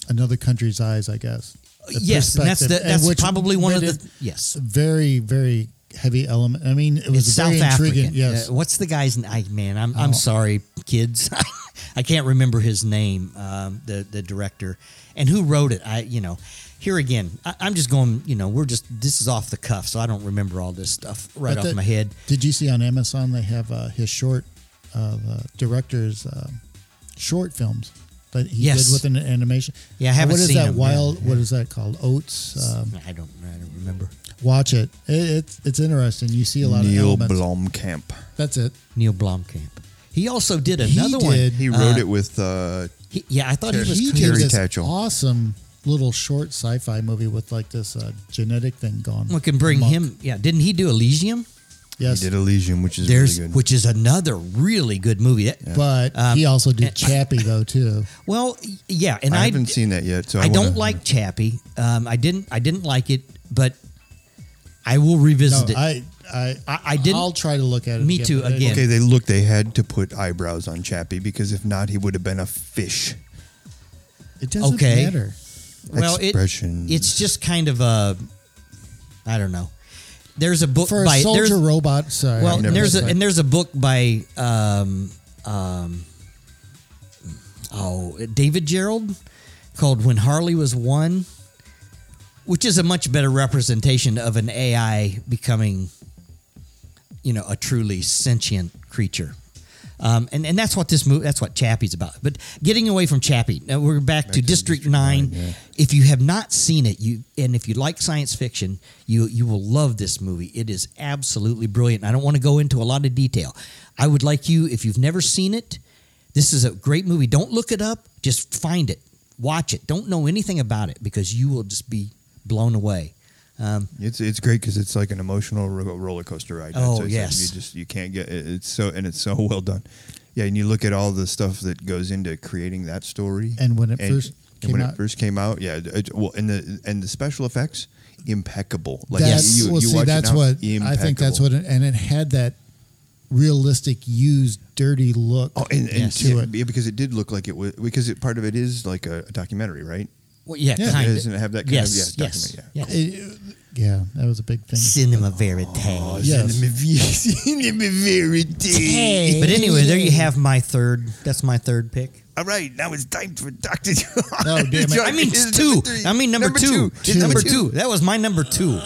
[SPEAKER 3] another country's eyes, I guess. The
[SPEAKER 2] yes, and that's the,
[SPEAKER 3] perspective, and
[SPEAKER 2] that's
[SPEAKER 3] which
[SPEAKER 2] probably one of
[SPEAKER 3] made
[SPEAKER 2] the
[SPEAKER 3] it
[SPEAKER 2] yes.
[SPEAKER 3] very very heavy element. I mean, it was
[SPEAKER 2] It's South
[SPEAKER 3] very
[SPEAKER 2] African.
[SPEAKER 3] intriguing. Yes, Oh.
[SPEAKER 2] Uh, what's the guy's name? I, man, I'm, I'm sorry, kids. I can't remember his name, um, the, the director. And who wrote it? I, you know, here again, I, I'm just going, you know, we're just, this is off the cuff, so I don't remember all this stuff right
[SPEAKER 3] But
[SPEAKER 2] off
[SPEAKER 3] the-
[SPEAKER 2] my head.
[SPEAKER 3] Did you see on Amazon they have uh, his short uh, the director's um, short films that he
[SPEAKER 2] Yes.
[SPEAKER 3] did with an animation?
[SPEAKER 2] Yeah, I haven't
[SPEAKER 3] What is
[SPEAKER 2] seen
[SPEAKER 3] that
[SPEAKER 2] them,
[SPEAKER 3] wild?
[SPEAKER 2] yeah,
[SPEAKER 3] What
[SPEAKER 2] yeah.
[SPEAKER 3] is that called? Oats. Um,
[SPEAKER 2] I don't, I don't remember.
[SPEAKER 3] watch it. it. It's it's interesting. You see a lot of
[SPEAKER 1] Neil
[SPEAKER 3] elements.
[SPEAKER 1] Blomkamp.
[SPEAKER 3] That's it.
[SPEAKER 2] Neil Blomkamp. He also did another
[SPEAKER 3] did-
[SPEAKER 2] one.
[SPEAKER 1] He wrote it with uh,
[SPEAKER 2] He- yeah, I thought he was.
[SPEAKER 3] he
[SPEAKER 1] Terry
[SPEAKER 3] did this
[SPEAKER 1] Tatchell.
[SPEAKER 3] awesome little short sci-fi movie with like this uh, genetic thing gone.
[SPEAKER 2] We can bring
[SPEAKER 3] amok.
[SPEAKER 2] him. Yeah, didn't he do Elysium?
[SPEAKER 3] Yes,
[SPEAKER 1] he did Elysium, which is
[SPEAKER 2] There's,
[SPEAKER 1] really good.
[SPEAKER 2] which is another really good movie. That-
[SPEAKER 3] but
[SPEAKER 2] Um,
[SPEAKER 3] he also did Chappie though too.
[SPEAKER 2] Well, y- yeah, and
[SPEAKER 1] I
[SPEAKER 2] I,
[SPEAKER 1] haven't seen that yet, so I,
[SPEAKER 2] I don't
[SPEAKER 1] wanna-
[SPEAKER 2] like Chappie. Um, I didn't. I didn't like it, but I will revisit
[SPEAKER 3] No,
[SPEAKER 2] it.
[SPEAKER 3] I, I
[SPEAKER 2] I- I didn't-
[SPEAKER 3] I'll try to look at it.
[SPEAKER 2] Me too,
[SPEAKER 3] but I-
[SPEAKER 2] again.
[SPEAKER 1] Okay, they look. They had to put eyebrows on Chappie because if not, he would have been a fish.
[SPEAKER 3] It doesn't
[SPEAKER 2] Okay.
[SPEAKER 3] matter.
[SPEAKER 2] well, it,
[SPEAKER 1] Expressions.
[SPEAKER 2] it's just kind of a. I don't know. There's a book
[SPEAKER 3] For a
[SPEAKER 2] by there's,
[SPEAKER 3] soldier robot, sorry.
[SPEAKER 2] well,
[SPEAKER 1] I've never
[SPEAKER 2] there's a,
[SPEAKER 1] read
[SPEAKER 2] and there's a book by um, um, oh David Gerald called "When Harley Was One," which is a much better representation of an AI becoming, you know, a truly sentient creature. Um, and, and that's what this movie that's what Chappie's about. But getting away from Chappie, now we're back, to, District, Nine. If you have not seen it, you and if you like science fiction, you you will love this movie. It is absolutely brilliant. I don't want to go into a lot of detail. I would like you, if you've never seen it, this is a great movie. Don't look it up. Just find it, watch it. Don't know anything about it because you will just be blown away.
[SPEAKER 1] It's it's great because it's like an emotional ro- roller coaster ride.
[SPEAKER 2] Oh,
[SPEAKER 1] it's like
[SPEAKER 2] yes.
[SPEAKER 1] you just you can't get it, it's so and it's so well done. Yeah, and you look at all the stuff that goes into creating that story.
[SPEAKER 3] And when it first
[SPEAKER 1] and
[SPEAKER 3] came
[SPEAKER 1] when it
[SPEAKER 3] out-
[SPEAKER 1] first came out, yeah, it, well, and the and the special effects impeccable. Like
[SPEAKER 3] that's
[SPEAKER 1] you, you,
[SPEAKER 3] well,
[SPEAKER 1] you
[SPEAKER 3] see,
[SPEAKER 1] watch
[SPEAKER 3] that's
[SPEAKER 1] it now,
[SPEAKER 3] what I think. That's
[SPEAKER 1] impeccable.
[SPEAKER 3] what, it, and it had that realistic, used, dirty look
[SPEAKER 1] Oh, and, and
[SPEAKER 3] to
[SPEAKER 1] yeah,
[SPEAKER 3] it.
[SPEAKER 1] yeah, because it did look like it was because it, part of it is like a, a documentary, right?
[SPEAKER 2] Well, yeah,
[SPEAKER 3] Yeah,
[SPEAKER 2] kind
[SPEAKER 1] doesn't it have that kind of-
[SPEAKER 2] yes,
[SPEAKER 1] yeah,
[SPEAKER 2] yes,
[SPEAKER 1] document,
[SPEAKER 2] yes.
[SPEAKER 3] It- yeah, that was a big thing.
[SPEAKER 2] Cinema verite.
[SPEAKER 3] Yes.
[SPEAKER 1] Cinema
[SPEAKER 2] But anyway, there you have my third. That's my third pick.
[SPEAKER 1] All right, now it's time for Doctor.
[SPEAKER 3] Oh, damn it.
[SPEAKER 2] I mean it's two. I mean number, two. It's Number two. That was my number two.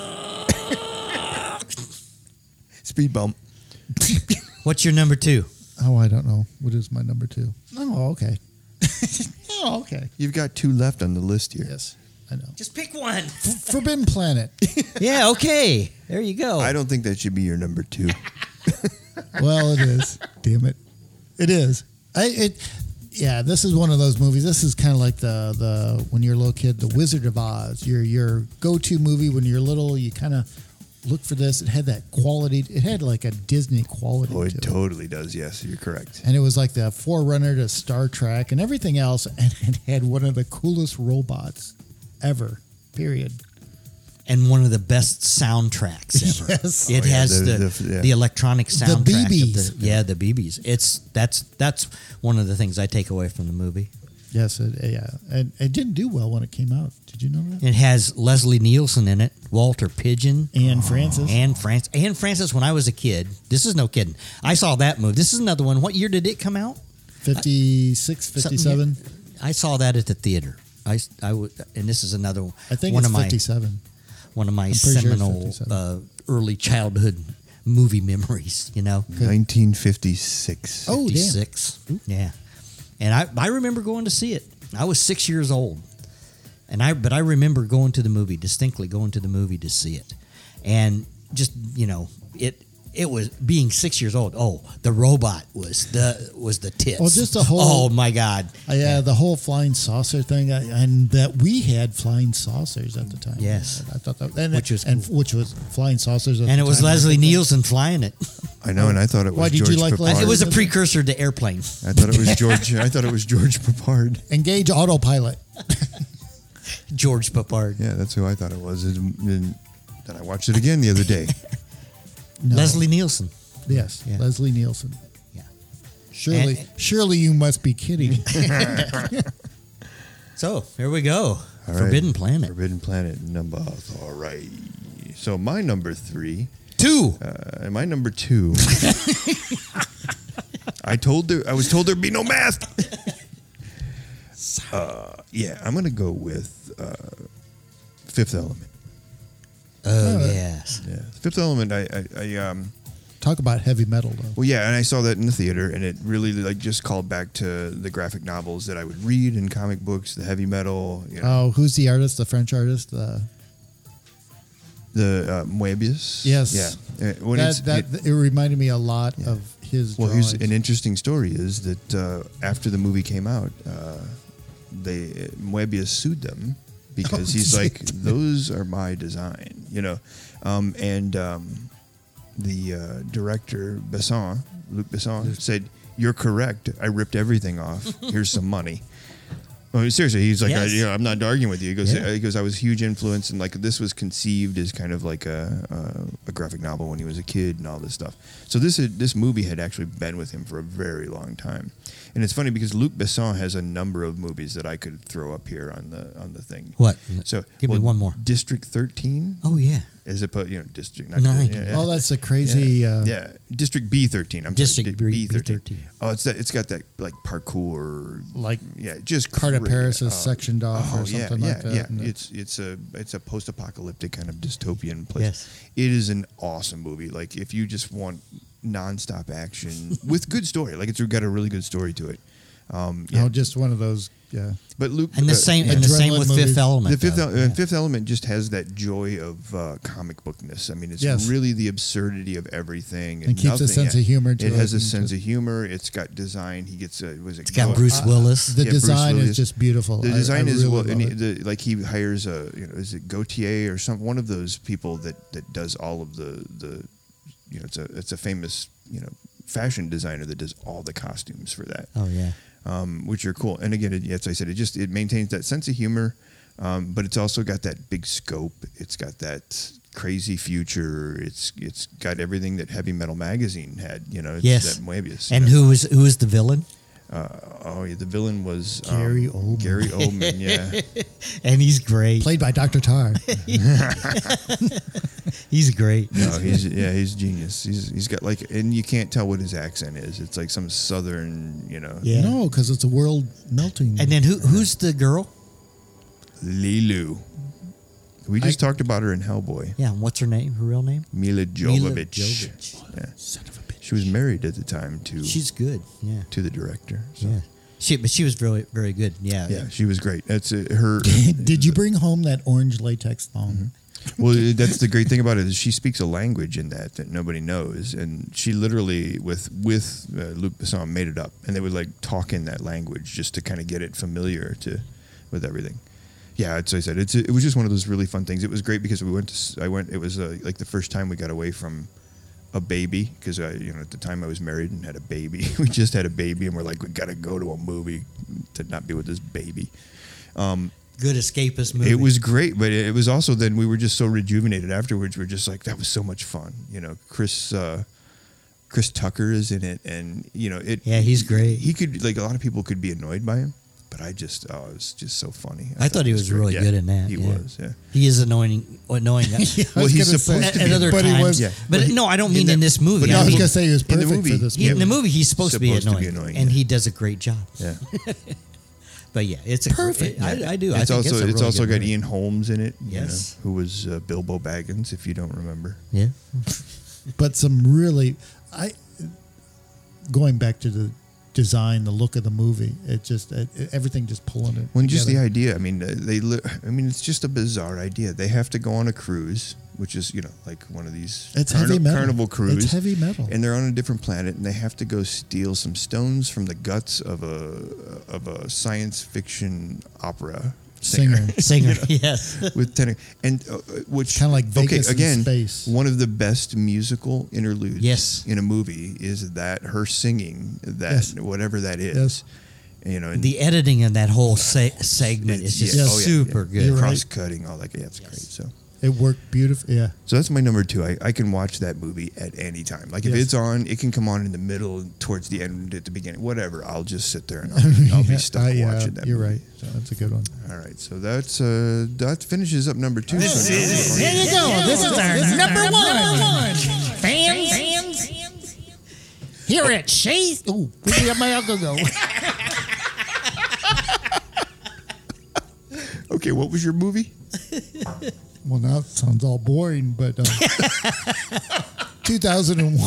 [SPEAKER 1] Speed bump.
[SPEAKER 2] What's your number two?
[SPEAKER 3] Oh, I don't know. What is my number two? Oh, okay. oh, okay.
[SPEAKER 1] You've got two left on the list here.
[SPEAKER 3] Yes, I know.
[SPEAKER 2] Just pick one.
[SPEAKER 3] Forbidden Planet.
[SPEAKER 2] yeah. Okay. There you go.
[SPEAKER 1] I don't think that should be your number two.
[SPEAKER 3] well, it is. Damn it, it is. I it. Yeah, this is one of those movies. This is kind of like the the when you're a little kid, The Wizard of Oz. Your your go to movie when you're little. You kind of look for this. It had that quality. It had like a Disney quality.
[SPEAKER 1] oh, it
[SPEAKER 3] to it.
[SPEAKER 1] totally does. Yes, you're correct.
[SPEAKER 3] And it was like the forerunner to Star Trek and everything else. And it had one of the coolest robots ever. Period.
[SPEAKER 2] and one of the best soundtracks ever.
[SPEAKER 3] Yes.
[SPEAKER 2] It
[SPEAKER 1] Oh, yeah,
[SPEAKER 2] has
[SPEAKER 1] the-
[SPEAKER 2] the the,
[SPEAKER 1] the- yeah.
[SPEAKER 2] electronic soundtrack. of
[SPEAKER 3] BBs.
[SPEAKER 2] yeah, the BBs. It's that's that's one of the things I take away from the movie.
[SPEAKER 3] Yes. It, yeah. And it didn't do well when it came out. Did you know that?
[SPEAKER 2] It has Leslie Nielsen in it, Walter Pigeon,
[SPEAKER 3] Anne Francis.
[SPEAKER 2] Anne France. Anne Francis. When I was a kid, this is no kidding. I saw that movie. This is another one. What year did it come out?
[SPEAKER 3] 56,
[SPEAKER 2] Something-
[SPEAKER 3] 57.
[SPEAKER 2] I saw that at the theater. I, s- I would, and this is another one.
[SPEAKER 3] I think
[SPEAKER 2] one
[SPEAKER 3] it's
[SPEAKER 2] of my
[SPEAKER 3] 57.
[SPEAKER 2] one of my
[SPEAKER 3] pretty sure it's
[SPEAKER 2] seminal
[SPEAKER 3] 57.
[SPEAKER 2] uh, early childhood movie memories. You know,
[SPEAKER 1] 1956.
[SPEAKER 3] Oh, Mm-hmm. damn.
[SPEAKER 2] 56. Yeah, and I I remember going to see it. I was six years old, and I but I remember going to the movie distinctly, going to the movie to see it, and just you know it. It was being six years old. Oh, the robot was the was the tits.
[SPEAKER 3] Well, just the whole-
[SPEAKER 2] Oh my god!
[SPEAKER 3] Uh, yeah, the whole flying saucer thing, I, and that we had flying saucers at the time.
[SPEAKER 2] Yes.
[SPEAKER 3] I thought that, and,
[SPEAKER 2] Which was
[SPEAKER 3] and which was flying saucers, at
[SPEAKER 2] And
[SPEAKER 3] the
[SPEAKER 2] it was
[SPEAKER 3] time.
[SPEAKER 2] Leslie Nielsen flying it.
[SPEAKER 1] I know, and I thought it was
[SPEAKER 3] Why did you
[SPEAKER 1] George
[SPEAKER 3] like
[SPEAKER 1] Papard.
[SPEAKER 3] Leslie-
[SPEAKER 2] It was a precursor to airplane.
[SPEAKER 1] I thought it was George. I thought it was George Papard.
[SPEAKER 3] Engage autopilot.
[SPEAKER 2] George Papard.
[SPEAKER 1] Yeah, that's who I thought it was. And, and then I watched it again the other day.
[SPEAKER 3] No.
[SPEAKER 2] Leslie Nielsen.
[SPEAKER 3] Yes,
[SPEAKER 2] Yeah.
[SPEAKER 3] Leslie Nielsen.
[SPEAKER 2] Yeah.
[SPEAKER 3] Surely,
[SPEAKER 2] And-
[SPEAKER 3] surely you must be kidding.
[SPEAKER 2] So here we go.
[SPEAKER 1] All right.
[SPEAKER 2] Forbidden Planet.
[SPEAKER 1] Forbidden Planet number. All right. So my number three.
[SPEAKER 2] Two.
[SPEAKER 1] Uh, and my number two. I told there. I was told there'd be no math. Uh, yeah, I'm gonna go with uh, Fifth Element.
[SPEAKER 2] oh yes.
[SPEAKER 1] Yeah, Fifth Element. I, I, I um.
[SPEAKER 3] Talk about heavy metal, though.
[SPEAKER 1] Well, yeah, and I saw that in the theater, and it really like just called back to the graphic novels that I would read and comic books, the heavy metal, you know,
[SPEAKER 3] Oh, who's the artist? The French artist? Uh,
[SPEAKER 1] the uh, Moebius.
[SPEAKER 3] Yes.
[SPEAKER 1] yeah. Uh, When it's,
[SPEAKER 3] that, that,
[SPEAKER 1] it-
[SPEAKER 3] it, reminded me a lot of his.
[SPEAKER 1] well, here's an
[SPEAKER 3] drawings.
[SPEAKER 1] interesting story: is that uh, after the movie came out, uh, they Moebius sued them because
[SPEAKER 3] Oh,
[SPEAKER 1] he's
[SPEAKER 3] did
[SPEAKER 1] like, "Those are my design," you know, um, and um, the uh, director Besson, Luc Besson, said, "You're correct. I ripped everything off. Here's some money." Well, Oh, seriously, he's like, I,
[SPEAKER 2] Yes.
[SPEAKER 1] you know, I'm not arguing with you. He goes,
[SPEAKER 2] Yeah.
[SPEAKER 1] he goes, I was a huge influence, and like this was conceived as kind of like a, a, a graphic novel when he was a kid and all this stuff. So this had, this movie had actually been with him for a very long time, and it's funny because Luc Besson has a number of movies that I could throw up here on the on the thing.
[SPEAKER 2] What?
[SPEAKER 1] So
[SPEAKER 2] Give me
[SPEAKER 1] well,
[SPEAKER 2] one more.
[SPEAKER 1] District 13
[SPEAKER 2] Oh yeah.
[SPEAKER 1] as opposed, you know, District 9.
[SPEAKER 2] Nine.
[SPEAKER 1] Yeah, yeah.
[SPEAKER 3] Oh, that's a crazy.
[SPEAKER 1] Yeah.
[SPEAKER 3] Uh,
[SPEAKER 1] yeah, District B thirteen. I'm
[SPEAKER 2] District
[SPEAKER 1] sorry,
[SPEAKER 2] B-
[SPEAKER 1] D- B13.
[SPEAKER 2] B13.
[SPEAKER 1] Oh, it's that. It's got that like parkour,
[SPEAKER 3] Like
[SPEAKER 1] yeah, just
[SPEAKER 3] part of
[SPEAKER 1] cra-
[SPEAKER 3] Paris is sectioned off or
[SPEAKER 1] yeah,
[SPEAKER 3] something
[SPEAKER 1] yeah,
[SPEAKER 3] like that,
[SPEAKER 1] Yeah,
[SPEAKER 3] and the-
[SPEAKER 1] it's it's a it's a post apocalyptic kind of dystopian place.
[SPEAKER 2] Yes.
[SPEAKER 1] It is an awesome movie. Like if you just want nonstop action with good story, like it's got a really good story to it. Um, yeah.
[SPEAKER 3] Oh, just one of those. Yeah.
[SPEAKER 1] but Luke
[SPEAKER 2] And the
[SPEAKER 1] uh,
[SPEAKER 2] same.
[SPEAKER 1] yeah.
[SPEAKER 2] And the same
[SPEAKER 3] Adrenaline
[SPEAKER 2] with
[SPEAKER 3] movies.
[SPEAKER 2] Fifth Element.
[SPEAKER 1] The fifth,
[SPEAKER 2] though.
[SPEAKER 1] el- uh, fifth element just has that joy of uh, comic bookness. I mean, it's
[SPEAKER 3] Yes.
[SPEAKER 1] really the absurdity of everything. And
[SPEAKER 3] It keeps a
[SPEAKER 1] nothing-
[SPEAKER 3] sense of humor to
[SPEAKER 1] it has
[SPEAKER 3] it
[SPEAKER 1] a
[SPEAKER 3] and
[SPEAKER 1] sense
[SPEAKER 3] to-
[SPEAKER 1] of humor. It's got design. He gets a was it? Uh,
[SPEAKER 2] It's got Bruce Willis.
[SPEAKER 3] Uh, The
[SPEAKER 1] Yeah, Bruce
[SPEAKER 3] design
[SPEAKER 1] Willis.
[SPEAKER 3] is just beautiful.
[SPEAKER 1] The
[SPEAKER 3] I- I
[SPEAKER 1] design is
[SPEAKER 3] really
[SPEAKER 1] well,
[SPEAKER 3] love
[SPEAKER 1] and he,
[SPEAKER 3] it.
[SPEAKER 1] the, like he hires a you know is it Gautier or some one of those people that that does all of the the you know it's a it's a famous you know fashion designer that does all the costumes for that
[SPEAKER 2] oh yeah.
[SPEAKER 1] um, which are cool. And again, it, as I said, it just it maintains that sense of humor, um, but it's also got that big scope. It's got that crazy future. It's it's got everything that Heavy Metal Magazine had. You know, it's
[SPEAKER 2] Yes.
[SPEAKER 1] that Moebius. you
[SPEAKER 2] And
[SPEAKER 1] know.
[SPEAKER 2] who is who is the villain?
[SPEAKER 1] Oh, yeah, the villain was um,
[SPEAKER 3] Gary Oldman.
[SPEAKER 1] Gary Oldman, yeah.
[SPEAKER 2] And he's great.
[SPEAKER 3] Played by Dr. Tar.
[SPEAKER 2] He's great.
[SPEAKER 1] No, he's yeah, he's genius. He's he's got like, and you can't tell what his accent is. It's like some southern, you know,
[SPEAKER 2] Yeah.
[SPEAKER 3] No, because it's a world melting.
[SPEAKER 2] And then who who's the girl?
[SPEAKER 1] Lilu. We just talked about her in Hellboy.
[SPEAKER 2] Yeah. and What's her name? Her real name?
[SPEAKER 1] Mila
[SPEAKER 2] Mila
[SPEAKER 1] Jovovich.
[SPEAKER 2] Jovovich.
[SPEAKER 1] Yeah.
[SPEAKER 3] Son of a bitch.
[SPEAKER 1] She was married at the time to
[SPEAKER 2] She's good. Yeah.
[SPEAKER 1] to the director. so-
[SPEAKER 2] Yeah. She, but she was very, very good. Yeah.
[SPEAKER 1] yeah, she was great. That's uh, her.
[SPEAKER 3] Did you bring home that orange latex thong?
[SPEAKER 1] Mm-hmm. well, that's the great thing about it is she speaks a language in that that nobody knows, and she literally with with uh, Luc Besson made it up, and they would like talk in that language just to kind of get it familiar to with everything. Yeah, as I said, it's it was just one of those really fun things. It was great because we went to s- I went. It was uh, like the first time we got away from a baby because I you know at the time I was married and had a baby. we just had a baby, and we're like we gotta go to a movie to not be with this baby.
[SPEAKER 2] Good escapist movie.
[SPEAKER 1] It was great, but it was also then we were just so rejuvenated afterwards. We're just like that was so much fun, you know. Chris uh, Chris Tucker is in it, and you know it.
[SPEAKER 2] Yeah, he's great.
[SPEAKER 1] He could like a lot of people could be annoyed by him, but I just oh, it was just so funny.
[SPEAKER 2] I thought he
[SPEAKER 1] it
[SPEAKER 2] was
[SPEAKER 1] great.
[SPEAKER 2] really
[SPEAKER 1] Yeah,
[SPEAKER 2] good in that.
[SPEAKER 1] He
[SPEAKER 2] yeah.
[SPEAKER 1] was, yeah.
[SPEAKER 2] He is annoying. Annoying. at,
[SPEAKER 3] I was
[SPEAKER 1] he's
[SPEAKER 3] gonna
[SPEAKER 1] supposed
[SPEAKER 3] say-
[SPEAKER 1] to
[SPEAKER 2] at
[SPEAKER 1] be-
[SPEAKER 2] other
[SPEAKER 3] but
[SPEAKER 2] times.
[SPEAKER 3] He was,
[SPEAKER 1] Yeah.
[SPEAKER 2] But,
[SPEAKER 1] But
[SPEAKER 2] no, I don't mean
[SPEAKER 1] that-
[SPEAKER 2] in this movie.
[SPEAKER 1] but
[SPEAKER 2] I
[SPEAKER 3] no, I was
[SPEAKER 2] mean,
[SPEAKER 3] gonna say he was
[SPEAKER 1] in the
[SPEAKER 3] perfect for
[SPEAKER 1] movie.
[SPEAKER 3] this
[SPEAKER 2] he- in the
[SPEAKER 1] Yeah.
[SPEAKER 2] movie, he's supposed, to be
[SPEAKER 1] Supposed to
[SPEAKER 2] annoying,
[SPEAKER 1] be annoying,
[SPEAKER 2] and
[SPEAKER 1] yeah.
[SPEAKER 2] he does a great job.
[SPEAKER 1] Yeah.
[SPEAKER 2] But yeah, it's a
[SPEAKER 3] Perfect.
[SPEAKER 2] It, I, I do. I
[SPEAKER 1] It's also
[SPEAKER 2] think it's,
[SPEAKER 1] it's,
[SPEAKER 2] a really
[SPEAKER 1] also got
[SPEAKER 2] good movie.
[SPEAKER 1] Ian Holmes in it. you know,
[SPEAKER 2] Yes.
[SPEAKER 1] who was uh, Bilbo Baggins, if you don't remember.
[SPEAKER 2] Yeah.
[SPEAKER 3] but some really i going back to the design the look of the movie it just it, it- everything just pulling it
[SPEAKER 1] Well, and just the
[SPEAKER 3] together.
[SPEAKER 1] idea. I mean, uh, they. Li- I mean, it's just a bizarre idea. They have to go on a cruise, which is you know like one of these
[SPEAKER 3] It's heavy metal.
[SPEAKER 1] carnival
[SPEAKER 3] It's
[SPEAKER 1] cruise.
[SPEAKER 3] heavy metal.
[SPEAKER 1] and they're on a different planet, and they have to go steal some stones from the guts of a of a science fiction opera singer.
[SPEAKER 3] singer
[SPEAKER 2] Singer. Yes.
[SPEAKER 1] With tenor and uh, uh, which
[SPEAKER 3] Kinda like Vegas
[SPEAKER 1] okay
[SPEAKER 3] in
[SPEAKER 1] again
[SPEAKER 3] space.
[SPEAKER 1] one of the best musical interludes
[SPEAKER 2] Yes.
[SPEAKER 1] in a movie is that her singing that
[SPEAKER 3] Yes.
[SPEAKER 1] whatever that is
[SPEAKER 3] Yes.
[SPEAKER 1] You know, and
[SPEAKER 2] The editing in that whole se- segment is just
[SPEAKER 1] yeah, oh, yeah,
[SPEAKER 2] super
[SPEAKER 1] yeah.
[SPEAKER 2] good.
[SPEAKER 3] You're right.
[SPEAKER 1] cross cutting, all that. Yeah, it's great. So.
[SPEAKER 3] It worked beautiful. Yeah.
[SPEAKER 1] So that's my number two. I, I can watch that movie at any time. Like if
[SPEAKER 3] Yes.
[SPEAKER 1] it's on, it can come on in the middle, towards the end, at the beginning, whatever. I'll just sit there and I'll, I'll be stuck
[SPEAKER 3] I, yeah,
[SPEAKER 1] watching that.
[SPEAKER 3] You're
[SPEAKER 1] movie.
[SPEAKER 3] right. That's a good one.
[SPEAKER 1] All right, so that's uh, that finishes up number two. So now-
[SPEAKER 4] There you go. This is our number one. Fans, here at Shay's. Ooh, pick me up my alcohol.
[SPEAKER 1] Okay, what was your movie?
[SPEAKER 3] Well, now it sounds all boring, but uh, 2001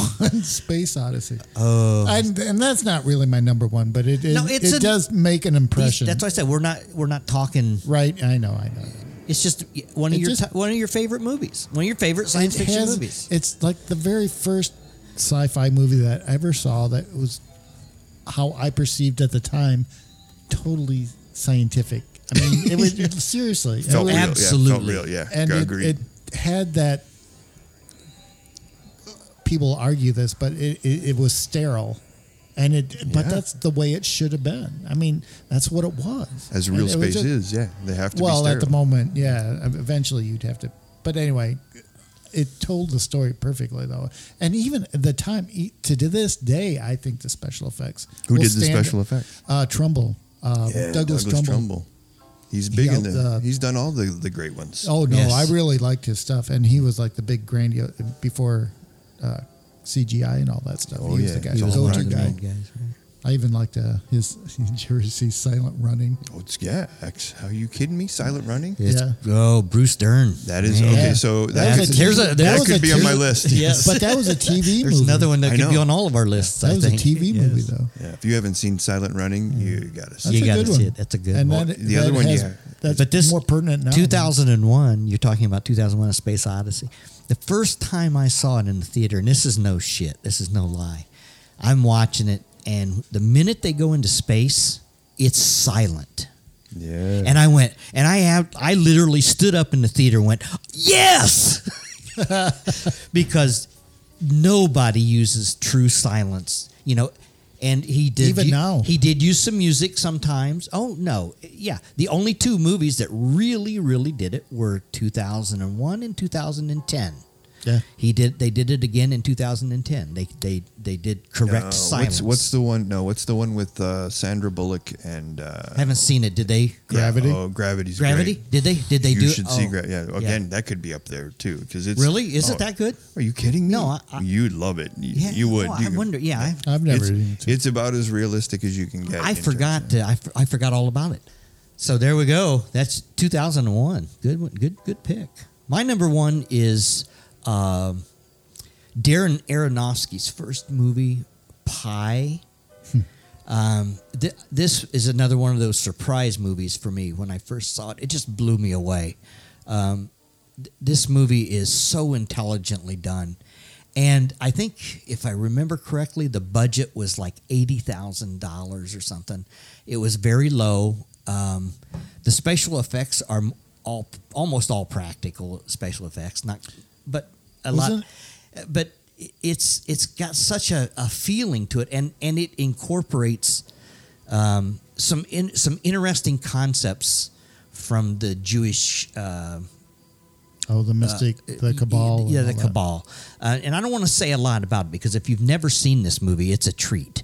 [SPEAKER 3] Space Odyssey. Oh. And, and that's not really my number one, but it, it,
[SPEAKER 2] No, it's
[SPEAKER 3] it
[SPEAKER 2] a-
[SPEAKER 3] does make an impression.
[SPEAKER 2] That's why I said we're not we're not talking.
[SPEAKER 3] Right, I know, I know.
[SPEAKER 2] It's just one of
[SPEAKER 3] It
[SPEAKER 2] your
[SPEAKER 3] just-
[SPEAKER 2] ti- one of your favorite movies, one of your favorite science
[SPEAKER 3] It
[SPEAKER 2] fiction
[SPEAKER 3] has-
[SPEAKER 2] movies.
[SPEAKER 3] It's like the very first sci-fi movie that I ever saw that was how I perceived at the time, totally scientific. I mean, it was seriously it
[SPEAKER 1] Felt
[SPEAKER 3] was-
[SPEAKER 1] real,
[SPEAKER 2] Absolutely.
[SPEAKER 1] Yeah, felt real. Yeah,
[SPEAKER 3] Oh, and it,
[SPEAKER 1] agreed.
[SPEAKER 3] it had that. People argue this, but it, it, it was sterile, and it. But
[SPEAKER 1] Yeah.
[SPEAKER 3] that's the way it should have been. I mean, that's what it was.
[SPEAKER 1] As
[SPEAKER 3] And
[SPEAKER 1] real
[SPEAKER 3] it was
[SPEAKER 1] space
[SPEAKER 3] just-
[SPEAKER 1] is, yeah, they have to.
[SPEAKER 3] well
[SPEAKER 1] be
[SPEAKER 3] at the
[SPEAKER 1] sterile.
[SPEAKER 3] moment yeah eventually you'd have to but anyway it told the story perfectly though and even at the time e- to to this day i think the special effects
[SPEAKER 1] Who
[SPEAKER 3] will
[SPEAKER 1] did the
[SPEAKER 3] stand-
[SPEAKER 1] special effects?
[SPEAKER 3] uh trumbull uh
[SPEAKER 1] Yeah,
[SPEAKER 3] douglas, trumbull.
[SPEAKER 1] He's big in
[SPEAKER 3] helped,
[SPEAKER 1] the.
[SPEAKER 3] uh,
[SPEAKER 1] he's done all the the great ones.
[SPEAKER 3] oh no
[SPEAKER 2] Yes.
[SPEAKER 3] i really liked his stuff and he was like the big grandio before uh CGI and all that stuff.
[SPEAKER 1] Oh,
[SPEAKER 3] he was
[SPEAKER 1] yeah.
[SPEAKER 3] the guy,
[SPEAKER 1] He's
[SPEAKER 3] the
[SPEAKER 1] all
[SPEAKER 3] go-to
[SPEAKER 1] running
[SPEAKER 3] guy.
[SPEAKER 1] around.
[SPEAKER 3] I even liked uh, his Jersey Silent Running.
[SPEAKER 1] Oh, it's, yeah, ex- are you kidding me? Silent Running.
[SPEAKER 3] Yeah.
[SPEAKER 2] Oh, Bruce Dern.
[SPEAKER 1] That is
[SPEAKER 2] Man.
[SPEAKER 1] okay. So that,
[SPEAKER 2] That's
[SPEAKER 1] could,
[SPEAKER 2] a- there's a-
[SPEAKER 1] that
[SPEAKER 2] there's
[SPEAKER 1] could
[SPEAKER 2] a-
[SPEAKER 1] be on my list.
[SPEAKER 2] Yes.
[SPEAKER 3] But that was a TV
[SPEAKER 2] There's
[SPEAKER 3] movie.
[SPEAKER 2] another one that
[SPEAKER 1] I
[SPEAKER 2] could be
[SPEAKER 1] know.
[SPEAKER 2] on all of our lists.
[SPEAKER 3] That
[SPEAKER 2] I
[SPEAKER 3] was a
[SPEAKER 2] think.
[SPEAKER 3] TV
[SPEAKER 2] Yes.
[SPEAKER 3] movie though.
[SPEAKER 1] Yeah, if you haven't seen Silent Running, you gotta see.
[SPEAKER 2] You
[SPEAKER 3] That's a
[SPEAKER 2] gotta
[SPEAKER 3] good
[SPEAKER 2] see
[SPEAKER 3] one.
[SPEAKER 2] it. Mm. That's a good
[SPEAKER 3] and
[SPEAKER 2] one.
[SPEAKER 3] That,
[SPEAKER 1] The other
[SPEAKER 3] that
[SPEAKER 1] one,
[SPEAKER 3] has-
[SPEAKER 1] yeah.
[SPEAKER 3] That's
[SPEAKER 2] but this
[SPEAKER 3] more pertinent now. than-
[SPEAKER 2] 2001. You're talking about 2001: A Space Odyssey. The first time I saw it in the theater, and this is no shit. This is no lie. I'm watching it, and the minute they go into space, it's silent.
[SPEAKER 3] Mm.
[SPEAKER 1] Yeah.
[SPEAKER 2] And I went, and I have, I literally stood up in the theater, and went, yes, because nobody uses true silence, you know. And he did
[SPEAKER 3] Even
[SPEAKER 2] u-
[SPEAKER 3] now.
[SPEAKER 2] He did use some music sometimes. Oh no, yeah. The only two movies that really, really did it were 2001 and 2010.
[SPEAKER 3] Yeah.
[SPEAKER 2] He did. They did it again in 2010. They they they did correct
[SPEAKER 1] Uh,
[SPEAKER 2] silence.
[SPEAKER 1] What's, what's the one? No, what's the one with uh, Sandra Bullock and uh,
[SPEAKER 2] I haven't seen it. Did they?
[SPEAKER 3] Gravity?
[SPEAKER 1] Oh, gravity's
[SPEAKER 2] Gravity?
[SPEAKER 1] great.
[SPEAKER 2] Did they? Did they
[SPEAKER 1] you
[SPEAKER 2] do?
[SPEAKER 1] should see
[SPEAKER 2] oh,
[SPEAKER 1] Gra- Yeah, again, that could be up there too because it's
[SPEAKER 2] Really? Is
[SPEAKER 1] oh,
[SPEAKER 2] it that good?
[SPEAKER 1] Are you kidding me?
[SPEAKER 2] No, I- I-
[SPEAKER 1] you'd love it. You,
[SPEAKER 2] Yeah,
[SPEAKER 1] you would.
[SPEAKER 2] no,
[SPEAKER 1] You-
[SPEAKER 2] I wonder. Yeah, I,
[SPEAKER 3] I've never.
[SPEAKER 1] It's,
[SPEAKER 3] even seen-
[SPEAKER 1] it's about as realistic as you can get.
[SPEAKER 2] I
[SPEAKER 1] in terms
[SPEAKER 2] forgot.
[SPEAKER 1] of-
[SPEAKER 2] To, I, f- I forgot all about it. So there we go. That's 2001. Good one. Good good pick. My number one is um Darren Aronofsky's first movie, Pie.
[SPEAKER 1] Hmm.
[SPEAKER 2] um, th- this is another one of those surprise movies for me. When I first saw it, it just blew me away. Um, th- this movie is so intelligently done. And I think, if I remember correctly, the budget was like $80,000 or something. It was very low. Um, the special effects are m- all almost all practical special effects, not, but a
[SPEAKER 3] Wasn't-
[SPEAKER 2] lot. But i- it's it's got such a, a feeling to it, and, and it incorporates um, some in, some interesting concepts from the Jewish uh,
[SPEAKER 3] oh, the Mystic, the Cabal.
[SPEAKER 2] yeah,
[SPEAKER 3] and
[SPEAKER 2] the
[SPEAKER 3] all that.
[SPEAKER 2] Cabal. Uh, and I don't want to say a lot about it because if you've never seen this movie, it's a treat.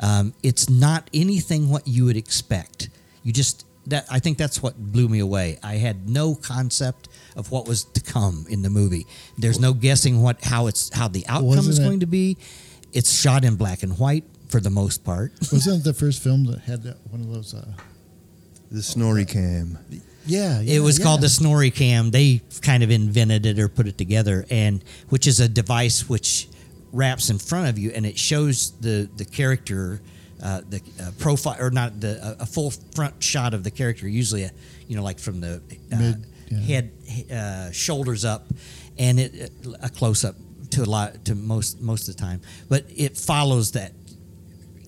[SPEAKER 2] Um, it's not anything what you would expect. You just that I think that's what blew me away. I had no concept of what was to come in the movie. There's no guessing what how it's how the outcome is
[SPEAKER 3] Wasn't it-
[SPEAKER 2] going to be. It's shot in black and white for the most part.
[SPEAKER 3] Wasn't it the first film that had that one of those? Uh,
[SPEAKER 1] the Snorri Cam.
[SPEAKER 3] yeah,
[SPEAKER 2] It was
[SPEAKER 3] yeah.
[SPEAKER 2] called the Snorri Cam. They kind of invented it or put it together, and which is a device which wraps in front of you and it shows the the character, uh, the uh, profile or not the a a full front shot of the character. Usually, a, you know, like from the uh,
[SPEAKER 3] Mid, yeah.
[SPEAKER 2] head, uh, shoulders up, and it uh, a close up to a lot to most most of the time. But it follows that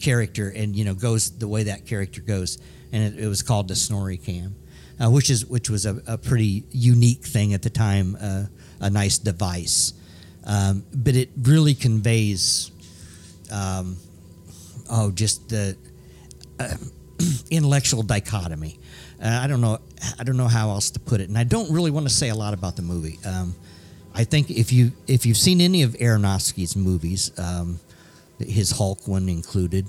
[SPEAKER 2] character and you know goes the way that character goes and it, it was called the snorri cam uh, which is which was a, a pretty unique thing at the time uh, a nice device um, but it really conveys um, oh just the intellectual dichotomy. Uh, I don't know. I don't know how else to put it, and I don't really want to say a lot about the movie. Um, I think if you if you've seen any of Aronofsky's movies, um, his Hulk one included,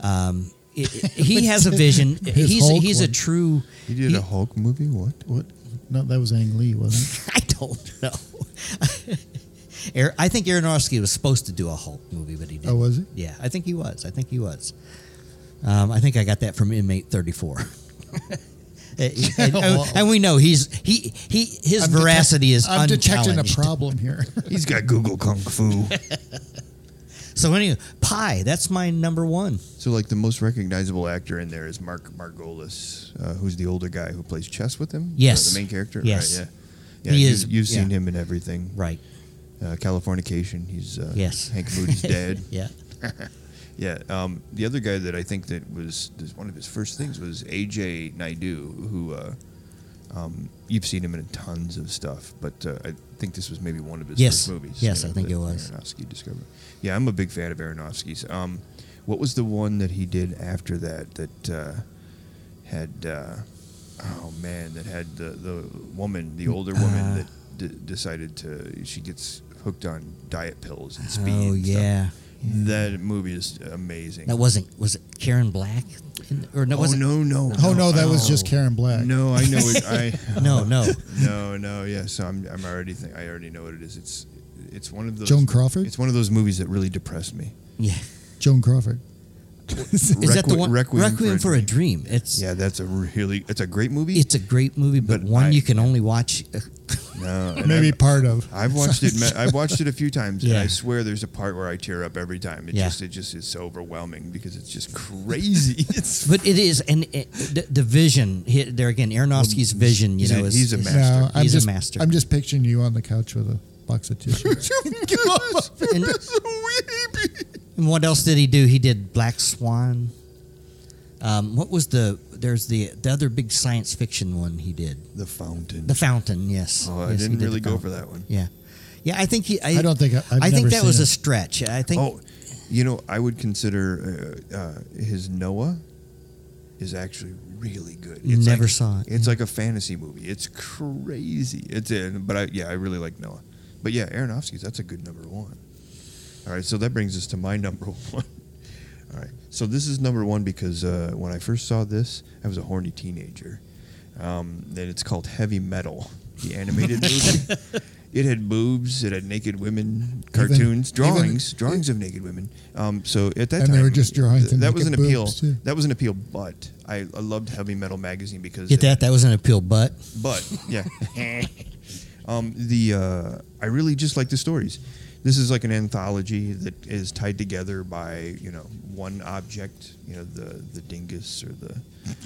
[SPEAKER 2] um, it- it- he has a vision.
[SPEAKER 3] His
[SPEAKER 2] He's
[SPEAKER 3] Hulk
[SPEAKER 2] he's a
[SPEAKER 3] one.
[SPEAKER 2] true.
[SPEAKER 1] He did
[SPEAKER 2] he-
[SPEAKER 1] a Hulk movie. What?
[SPEAKER 3] What? No, that was Ang Lee, wasn't
[SPEAKER 2] I don't know. Aar- I think Aronofsky was supposed to do a Hulk movie, but he
[SPEAKER 3] it?
[SPEAKER 2] didn't.
[SPEAKER 3] Oh, was it?
[SPEAKER 2] Yeah, I think he was. I think he was. Um, I think I got that from inmate thirty four. and, and-
[SPEAKER 3] Well-
[SPEAKER 2] and we know he's he he his
[SPEAKER 3] I'm detec-
[SPEAKER 2] veracity is
[SPEAKER 3] I'm detecting a
[SPEAKER 2] unchallenged.
[SPEAKER 3] problem here.
[SPEAKER 1] He's got Google Kung Fu.
[SPEAKER 2] So anyway, pie. That's my number one.
[SPEAKER 1] so, like, the most recognizable actor in there is Mark Margolis, uh, who's the older guy who plays chess with him.
[SPEAKER 2] Yes.
[SPEAKER 1] Uh, the main character.
[SPEAKER 2] Yes.
[SPEAKER 1] Right, yeah. Yeah,
[SPEAKER 2] He
[SPEAKER 1] you,
[SPEAKER 2] is-
[SPEAKER 1] You've seen
[SPEAKER 2] yeah.
[SPEAKER 1] him in everything.
[SPEAKER 2] Right.
[SPEAKER 1] Uh, Californication. He's uh,
[SPEAKER 2] Yes.
[SPEAKER 1] Hank Moody's dad.
[SPEAKER 2] Yeah.
[SPEAKER 1] Yeah. Um, the other guy that I think that was this one of his first things was AJ Naidu, who uh, um, you've seen him in tons of stuff, but uh, I think this was maybe one of his
[SPEAKER 2] Yes.
[SPEAKER 1] first movies.
[SPEAKER 2] Yes, I think
[SPEAKER 1] that
[SPEAKER 2] it was.
[SPEAKER 1] Aronofsky discovered. Yeah, I'm a big fan of Aronofsky's. Um, what was the one that he did after that that uh, had? Uh, oh man, that had the the woman, the older woman
[SPEAKER 2] Uh.
[SPEAKER 1] that. D- decided to she gets hooked on diet pills and speed
[SPEAKER 2] Oh
[SPEAKER 1] and stuff.
[SPEAKER 2] yeah.
[SPEAKER 1] That movie is amazing.
[SPEAKER 2] That wasn't was it Karen Black? In- Or no,
[SPEAKER 1] oh
[SPEAKER 2] was it?
[SPEAKER 1] no, no,
[SPEAKER 3] Oh no, that was just
[SPEAKER 2] Oh.
[SPEAKER 3] Karen Black.
[SPEAKER 1] no! I know it. I
[SPEAKER 2] No, no.
[SPEAKER 1] no, no. Yeah, so I'm, I'm already think I already know what it is. It's it's one of those
[SPEAKER 3] Joan Crawford?
[SPEAKER 1] It's one of those movies that really depressed me.
[SPEAKER 2] Yeah.
[SPEAKER 3] Joan Crawford.
[SPEAKER 2] Is that the
[SPEAKER 1] Requi-
[SPEAKER 2] one? Requiem, for, a Dream. It's
[SPEAKER 1] Yeah, that's a really it's a great movie.
[SPEAKER 2] it's a great movie, but,
[SPEAKER 1] But
[SPEAKER 2] one
[SPEAKER 1] I-
[SPEAKER 2] you can only watch.
[SPEAKER 1] no, and
[SPEAKER 3] Maybe
[SPEAKER 1] I've-
[SPEAKER 3] part of.
[SPEAKER 1] I've watched it. ma- I've watched it a few times, and
[SPEAKER 2] Yeah.
[SPEAKER 1] I swear there's a part where I tear up every time. It
[SPEAKER 2] Yeah.
[SPEAKER 1] just it just is so overwhelming because it's just crazy. it's
[SPEAKER 2] But it is, and it, the, the vision he- there again, Aronofsky's vision. You
[SPEAKER 1] he's a-
[SPEAKER 2] know, is,
[SPEAKER 1] he's a
[SPEAKER 2] is-
[SPEAKER 1] master.
[SPEAKER 3] No, I'm
[SPEAKER 2] He's a
[SPEAKER 3] just,
[SPEAKER 2] master.
[SPEAKER 3] I'm just picturing you on the couch with a box of tissues.
[SPEAKER 2] And, and what else did he do? He did Black Swan. Um, what was the? There's the the other big science fiction one he did.
[SPEAKER 1] the Fountain.
[SPEAKER 2] The Fountain, yes.
[SPEAKER 1] Oh, I
[SPEAKER 2] Yes, he
[SPEAKER 1] didn't
[SPEAKER 2] did The
[SPEAKER 1] really go
[SPEAKER 2] Fountain.
[SPEAKER 1] for that one.
[SPEAKER 2] Yeah, yeah. I think he. I,
[SPEAKER 3] I don't think I- I've
[SPEAKER 2] I think
[SPEAKER 3] never
[SPEAKER 2] that
[SPEAKER 3] seen
[SPEAKER 2] was
[SPEAKER 3] it.
[SPEAKER 2] a stretch. I think.
[SPEAKER 1] Oh, you know, I would consider uh, uh, his Noah is actually really good.
[SPEAKER 2] Never
[SPEAKER 1] like-
[SPEAKER 2] saw it.
[SPEAKER 1] It's like a fantasy movie. It's crazy. It's in, but I yeah, I really like Noah. But yeah, Aronofsky's that's a good number one. All right, so that brings us to my number one. All right, so this is number one because uh, when I first saw this, I was a horny teenager. Um, and it's called Heavy Metal, the animated movie. It had boobs. It had naked women, cartoons,
[SPEAKER 3] even-
[SPEAKER 1] drawings, drawings of naked women. Um, so at that
[SPEAKER 3] And
[SPEAKER 1] time,
[SPEAKER 3] they were just drawings
[SPEAKER 1] th-
[SPEAKER 3] of
[SPEAKER 1] that was an
[SPEAKER 3] naked
[SPEAKER 1] appeal.
[SPEAKER 3] boobs, too.
[SPEAKER 1] That was an appeal. But I, I loved Heavy Metal magazine because
[SPEAKER 2] Get
[SPEAKER 1] it-
[SPEAKER 2] that? That was an appeal, but
[SPEAKER 1] but yeah, um, the uh, I really just like the stories. This is like an anthology that is tied together by you know one object, you know the the dingus or the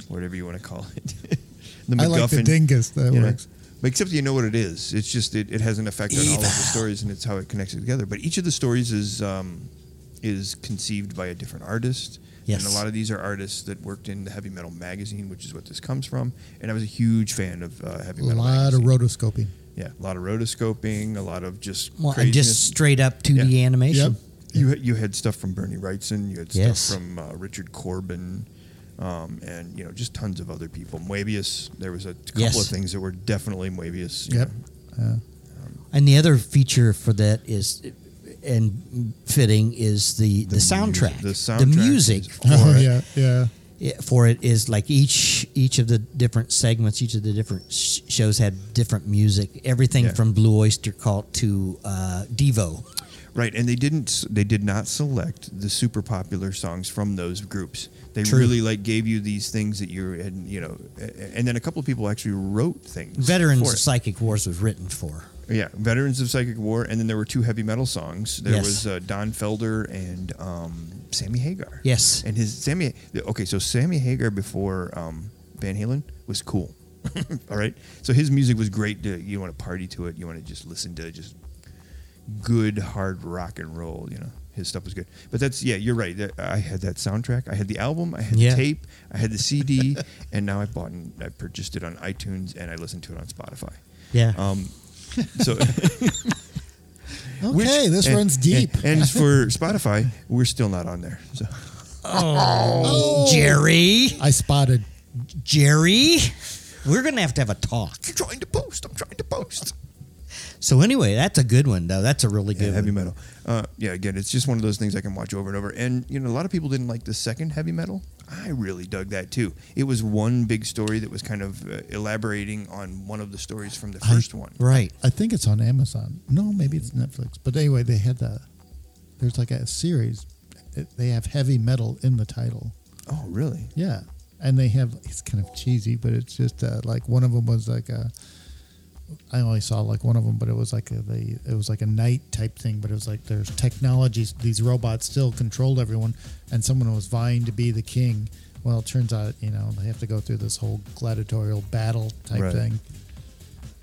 [SPEAKER 1] whatever you want to call it. the
[SPEAKER 3] I like the
[SPEAKER 1] MacGuffin,
[SPEAKER 3] dingus. That
[SPEAKER 1] you know.
[SPEAKER 3] works.
[SPEAKER 1] But except you know what it is. It's just it, it has an effect on all of the stories and it's how it connects it together. But each of the stories is um, is conceived by a different artist.
[SPEAKER 2] Yes.
[SPEAKER 1] And a lot of these are artists that worked in the heavy metal magazine, which is what this comes from. And I was a huge fan of uh, heavy
[SPEAKER 3] A
[SPEAKER 1] metal.
[SPEAKER 3] lot of
[SPEAKER 1] magazine.
[SPEAKER 3] rotoscoping.
[SPEAKER 1] yeah, a lot of rotoscoping, a lot of just
[SPEAKER 2] well, and
[SPEAKER 1] craziness.
[SPEAKER 2] just straight up 2D
[SPEAKER 1] Yeah.
[SPEAKER 2] animation.
[SPEAKER 3] Yep.
[SPEAKER 1] You had, you had stuff from Bernie Wrightson. You had stuff
[SPEAKER 2] Yes.
[SPEAKER 1] from uh, Richard Corbin, um, and you know just tons of other people. Moebius. There was a couple
[SPEAKER 2] Yes.
[SPEAKER 1] of things that were definitely Moebius. you
[SPEAKER 3] Yep.
[SPEAKER 1] know.
[SPEAKER 3] Uh,
[SPEAKER 2] And the other feature for that is, and fitting is the the, soundtrack,
[SPEAKER 1] the
[SPEAKER 2] the
[SPEAKER 1] soundtrack
[SPEAKER 2] music
[SPEAKER 1] is
[SPEAKER 2] for
[SPEAKER 3] oh
[SPEAKER 2] it.
[SPEAKER 3] yeah, yeah.
[SPEAKER 2] it- for it is like each each of the different segments, each of the different sh- shows had different music. Everything
[SPEAKER 1] Yeah.
[SPEAKER 2] from Blue Oyster Cult to uh, Devo.
[SPEAKER 1] Right, and they didn't. They did not select the super popular songs from those groups. They
[SPEAKER 2] True.
[SPEAKER 1] really like gave you these things that you had, you know, a- and then a couple of people actually wrote things.
[SPEAKER 2] Veterans
[SPEAKER 1] for
[SPEAKER 2] of
[SPEAKER 1] it.
[SPEAKER 2] Psychic Wars was written for.
[SPEAKER 1] yeah, veterans of psychic war, and then there were two heavy metal songs. There
[SPEAKER 2] Yes.
[SPEAKER 1] was uh, Don Felder and um, Sammy Hagar.
[SPEAKER 2] Yes.
[SPEAKER 1] and his Sammy. Okay, so Sammy Hagar before um, Van Halen was cool. All right, so his music was great. To, you want to party to it. You want to just listen to just good hard rock and roll. You know, his stuff was good. But that's yeah, you're right. That- I had that soundtrack. I had the album. I had
[SPEAKER 2] Yeah.
[SPEAKER 1] the tape. I had the CD, and now I bought and I purchased it on iTunes and I listened to it on Spotify.
[SPEAKER 2] Yeah.
[SPEAKER 1] Um, so
[SPEAKER 3] Okay, this
[SPEAKER 1] and-
[SPEAKER 3] runs deep.
[SPEAKER 1] And, and for Spotify, we're still not on there. So
[SPEAKER 2] Oh. Jerry,
[SPEAKER 3] I spotted.
[SPEAKER 2] Jerry, we're gonna have to have a talk.
[SPEAKER 1] I'm trying to post. I'm trying to post.
[SPEAKER 2] So anyway, that's a good one though. That's a really good
[SPEAKER 1] Yeah, heavy
[SPEAKER 2] one.
[SPEAKER 1] metal. Uh, yeah, again, it's just one of those things I can watch over and over. And you know, a lot of people didn't like the second heavy metal. I really dug that too. It was one big story that was kind of uh, elaborating on one of the stories from the first one.
[SPEAKER 2] Right.
[SPEAKER 3] I think it's on Amazon. No, maybe it's Netflix. But anyway, they had the. There's like a series. It- They have heavy metal in the title.
[SPEAKER 1] Oh, really?
[SPEAKER 3] Yeah, and they have it's kind of cheesy, but it's just uh, like one of them was like a. I only saw like one of them, but it was like a the it was like a night type thing. But it was like there's technologies; these robots still controlled everyone, and someone was vying to be the king. Well, it turns out you know they have to go through this whole gladiatorial battle type
[SPEAKER 1] Right.
[SPEAKER 3] thing.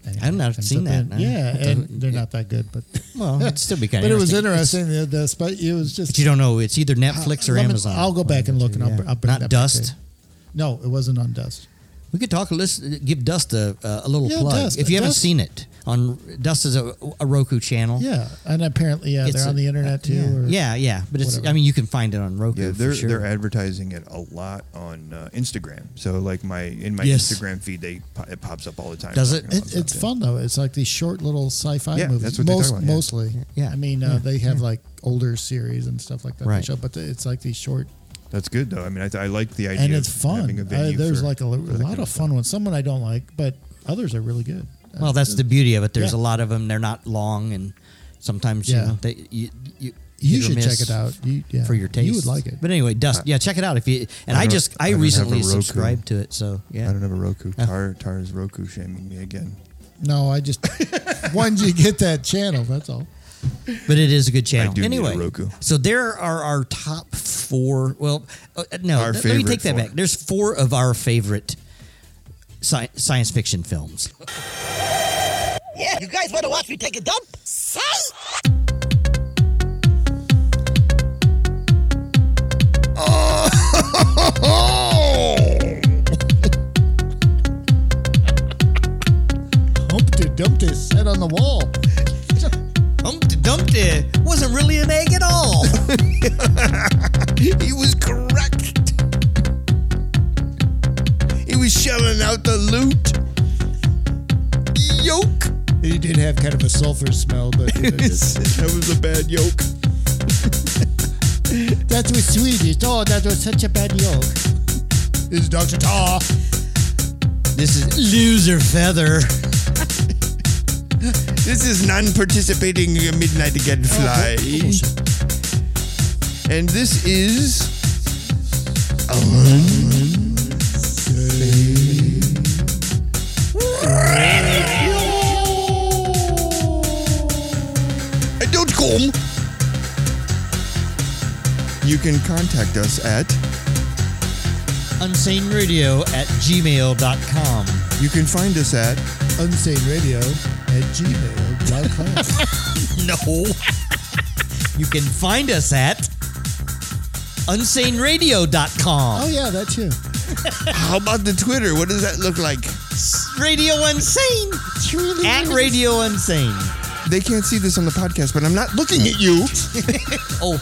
[SPEAKER 3] And
[SPEAKER 2] I've not
[SPEAKER 3] and-
[SPEAKER 2] seen
[SPEAKER 3] but then-
[SPEAKER 2] that.
[SPEAKER 3] yeah,
[SPEAKER 2] I-
[SPEAKER 3] and they're not that good, but
[SPEAKER 2] Well, it'd still be kind
[SPEAKER 3] but
[SPEAKER 2] of
[SPEAKER 3] it was interesting. the- This, but it was just
[SPEAKER 2] But you don't know. It's either Netflix or
[SPEAKER 3] Let me-
[SPEAKER 2] Amazon.
[SPEAKER 3] I'll go back and look, and I'll,
[SPEAKER 2] Yeah.
[SPEAKER 3] br- I'll bring
[SPEAKER 2] Not
[SPEAKER 3] that back
[SPEAKER 2] Dust?
[SPEAKER 3] to you. No, it wasn't on Dust.
[SPEAKER 2] We could talk. Let's give Dust a, a little
[SPEAKER 3] Yeah,
[SPEAKER 2] plug.
[SPEAKER 3] Dust-
[SPEAKER 2] if you haven't
[SPEAKER 3] Dust-
[SPEAKER 2] seen it on Dust is a, a Roku channel.
[SPEAKER 3] Yeah, and apparently, yeah,
[SPEAKER 2] It's
[SPEAKER 3] they're on
[SPEAKER 2] a-
[SPEAKER 3] the internet too.
[SPEAKER 2] Yeah,
[SPEAKER 3] or-
[SPEAKER 2] yeah, yeah, But it's.
[SPEAKER 3] whatever.
[SPEAKER 2] I mean, you can find it on Roku.
[SPEAKER 1] Yeah,
[SPEAKER 2] for
[SPEAKER 1] they're
[SPEAKER 2] sure.
[SPEAKER 1] they're advertising it a lot on uh, Instagram. So like my in my
[SPEAKER 2] Yes.
[SPEAKER 1] Instagram feed, they po- it pops up all the time.
[SPEAKER 2] Does it?
[SPEAKER 1] talking about
[SPEAKER 3] It, it's
[SPEAKER 1] something.
[SPEAKER 3] fun though. It's like these short little sci-fi
[SPEAKER 1] Yeah,
[SPEAKER 3] movies.
[SPEAKER 1] that's what they
[SPEAKER 3] Most,
[SPEAKER 1] talk about, yeah.
[SPEAKER 3] mostly.
[SPEAKER 2] Yeah,
[SPEAKER 3] I mean, uh, they have like older series and stuff like that. They
[SPEAKER 2] Right.
[SPEAKER 3] show, but the- it's like these short,
[SPEAKER 1] That's good though. I mean, I, th- I like the idea.
[SPEAKER 3] and it's
[SPEAKER 1] of
[SPEAKER 3] fun.
[SPEAKER 1] Having a
[SPEAKER 3] Uh,
[SPEAKER 1] venue
[SPEAKER 3] there's
[SPEAKER 1] for-
[SPEAKER 3] like a,
[SPEAKER 1] for that
[SPEAKER 3] lot
[SPEAKER 1] kind
[SPEAKER 3] of fun ones. Someone I don't like, but others are really good.
[SPEAKER 2] Well, that's the beauty of it. There's
[SPEAKER 3] Yeah.
[SPEAKER 2] a lot of them. They're not long, and sometimes
[SPEAKER 3] Yeah.
[SPEAKER 2] you know they you. you
[SPEAKER 3] You
[SPEAKER 2] hit or
[SPEAKER 3] should check
[SPEAKER 2] miss
[SPEAKER 3] it out. You- yeah.
[SPEAKER 2] for your taste.
[SPEAKER 3] You would like it.
[SPEAKER 2] But anyway, Dust. Yeah, check it out if you. And
[SPEAKER 1] I
[SPEAKER 2] I,
[SPEAKER 1] don't-
[SPEAKER 2] just
[SPEAKER 1] I
[SPEAKER 2] I,
[SPEAKER 1] don't have a
[SPEAKER 2] recently
[SPEAKER 1] Roku.
[SPEAKER 2] subscribed to it, so yeah.
[SPEAKER 1] I don't have a Roku. Tar Tar is Roku shaming me again.
[SPEAKER 3] No, I just once you get that channel, that's all.
[SPEAKER 2] But it is a good channel.
[SPEAKER 1] I do need a
[SPEAKER 2] anyway,
[SPEAKER 1] Roku.
[SPEAKER 2] so there are our top four. Well, uh, no,
[SPEAKER 1] Our
[SPEAKER 2] th- let me
[SPEAKER 1] favorite
[SPEAKER 2] take that
[SPEAKER 1] four.
[SPEAKER 2] back. There's four of our favorite sci- science fiction films.
[SPEAKER 4] Yeah, you guys want to watch me take a dump? Say!
[SPEAKER 3] Humpty Dumpty sat on the wall.
[SPEAKER 2] Humpty Dumpty wasn't really an egg at all.
[SPEAKER 1] He was correct. He was shelling out the loot. Yoke.
[SPEAKER 3] He did have kind of a sulfur smell, but
[SPEAKER 1] that was a bad yoke.
[SPEAKER 3] that was Swedish. Oh, that was such a bad joke. It's Dr. Tar.
[SPEAKER 2] this is loser feather.
[SPEAKER 1] This is non-participating midnight again fly. And this is adult.com. You can contact us at
[SPEAKER 2] Unsane Radio at gmail.com.
[SPEAKER 1] you can find us at
[SPEAKER 3] Unsane Radio at gmail.com.
[SPEAKER 2] No. you can find us at unsaneradio.com.
[SPEAKER 3] oh, yeah, that's you.
[SPEAKER 1] how about the Twitter? What does that look like?
[SPEAKER 2] Radio Unsane. At Radio Unsane.
[SPEAKER 1] They can't see this on the podcast, but I'm not looking at you.
[SPEAKER 2] Oh.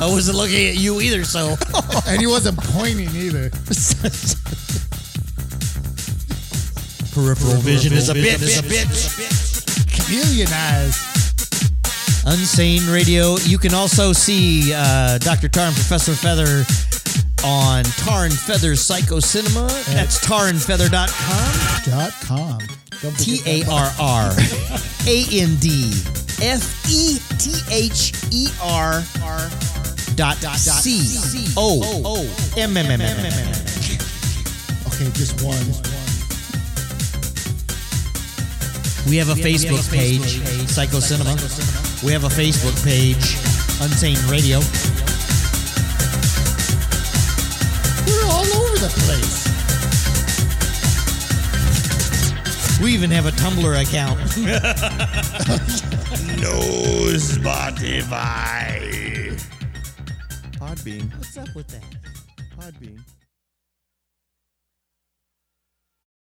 [SPEAKER 2] I wasn't looking at you either, so.
[SPEAKER 3] and he wasn't pointing either.
[SPEAKER 2] Peripheral vision is a bitch.
[SPEAKER 3] Chameleon eyes.
[SPEAKER 2] Unsane Radio. You can also see uh, Dr. Tar and Professor Feather on Tar and Feather's Psycho Cinema. That's tarandfeather.com.
[SPEAKER 3] Dot com. Don't
[SPEAKER 2] T
[SPEAKER 3] forget
[SPEAKER 2] A
[SPEAKER 3] that.
[SPEAKER 2] R R A N D F E T H E R R dot C O M M M M M M.
[SPEAKER 3] Okay, just one.
[SPEAKER 2] We have a Facebook page, Psycho Cinema. We have a Facebook page, Unsane Radio.
[SPEAKER 3] We're all over the place.
[SPEAKER 2] We even have a Tumblr account.
[SPEAKER 1] No Spotify. Podbean.
[SPEAKER 2] What's up with that?
[SPEAKER 1] Podbean.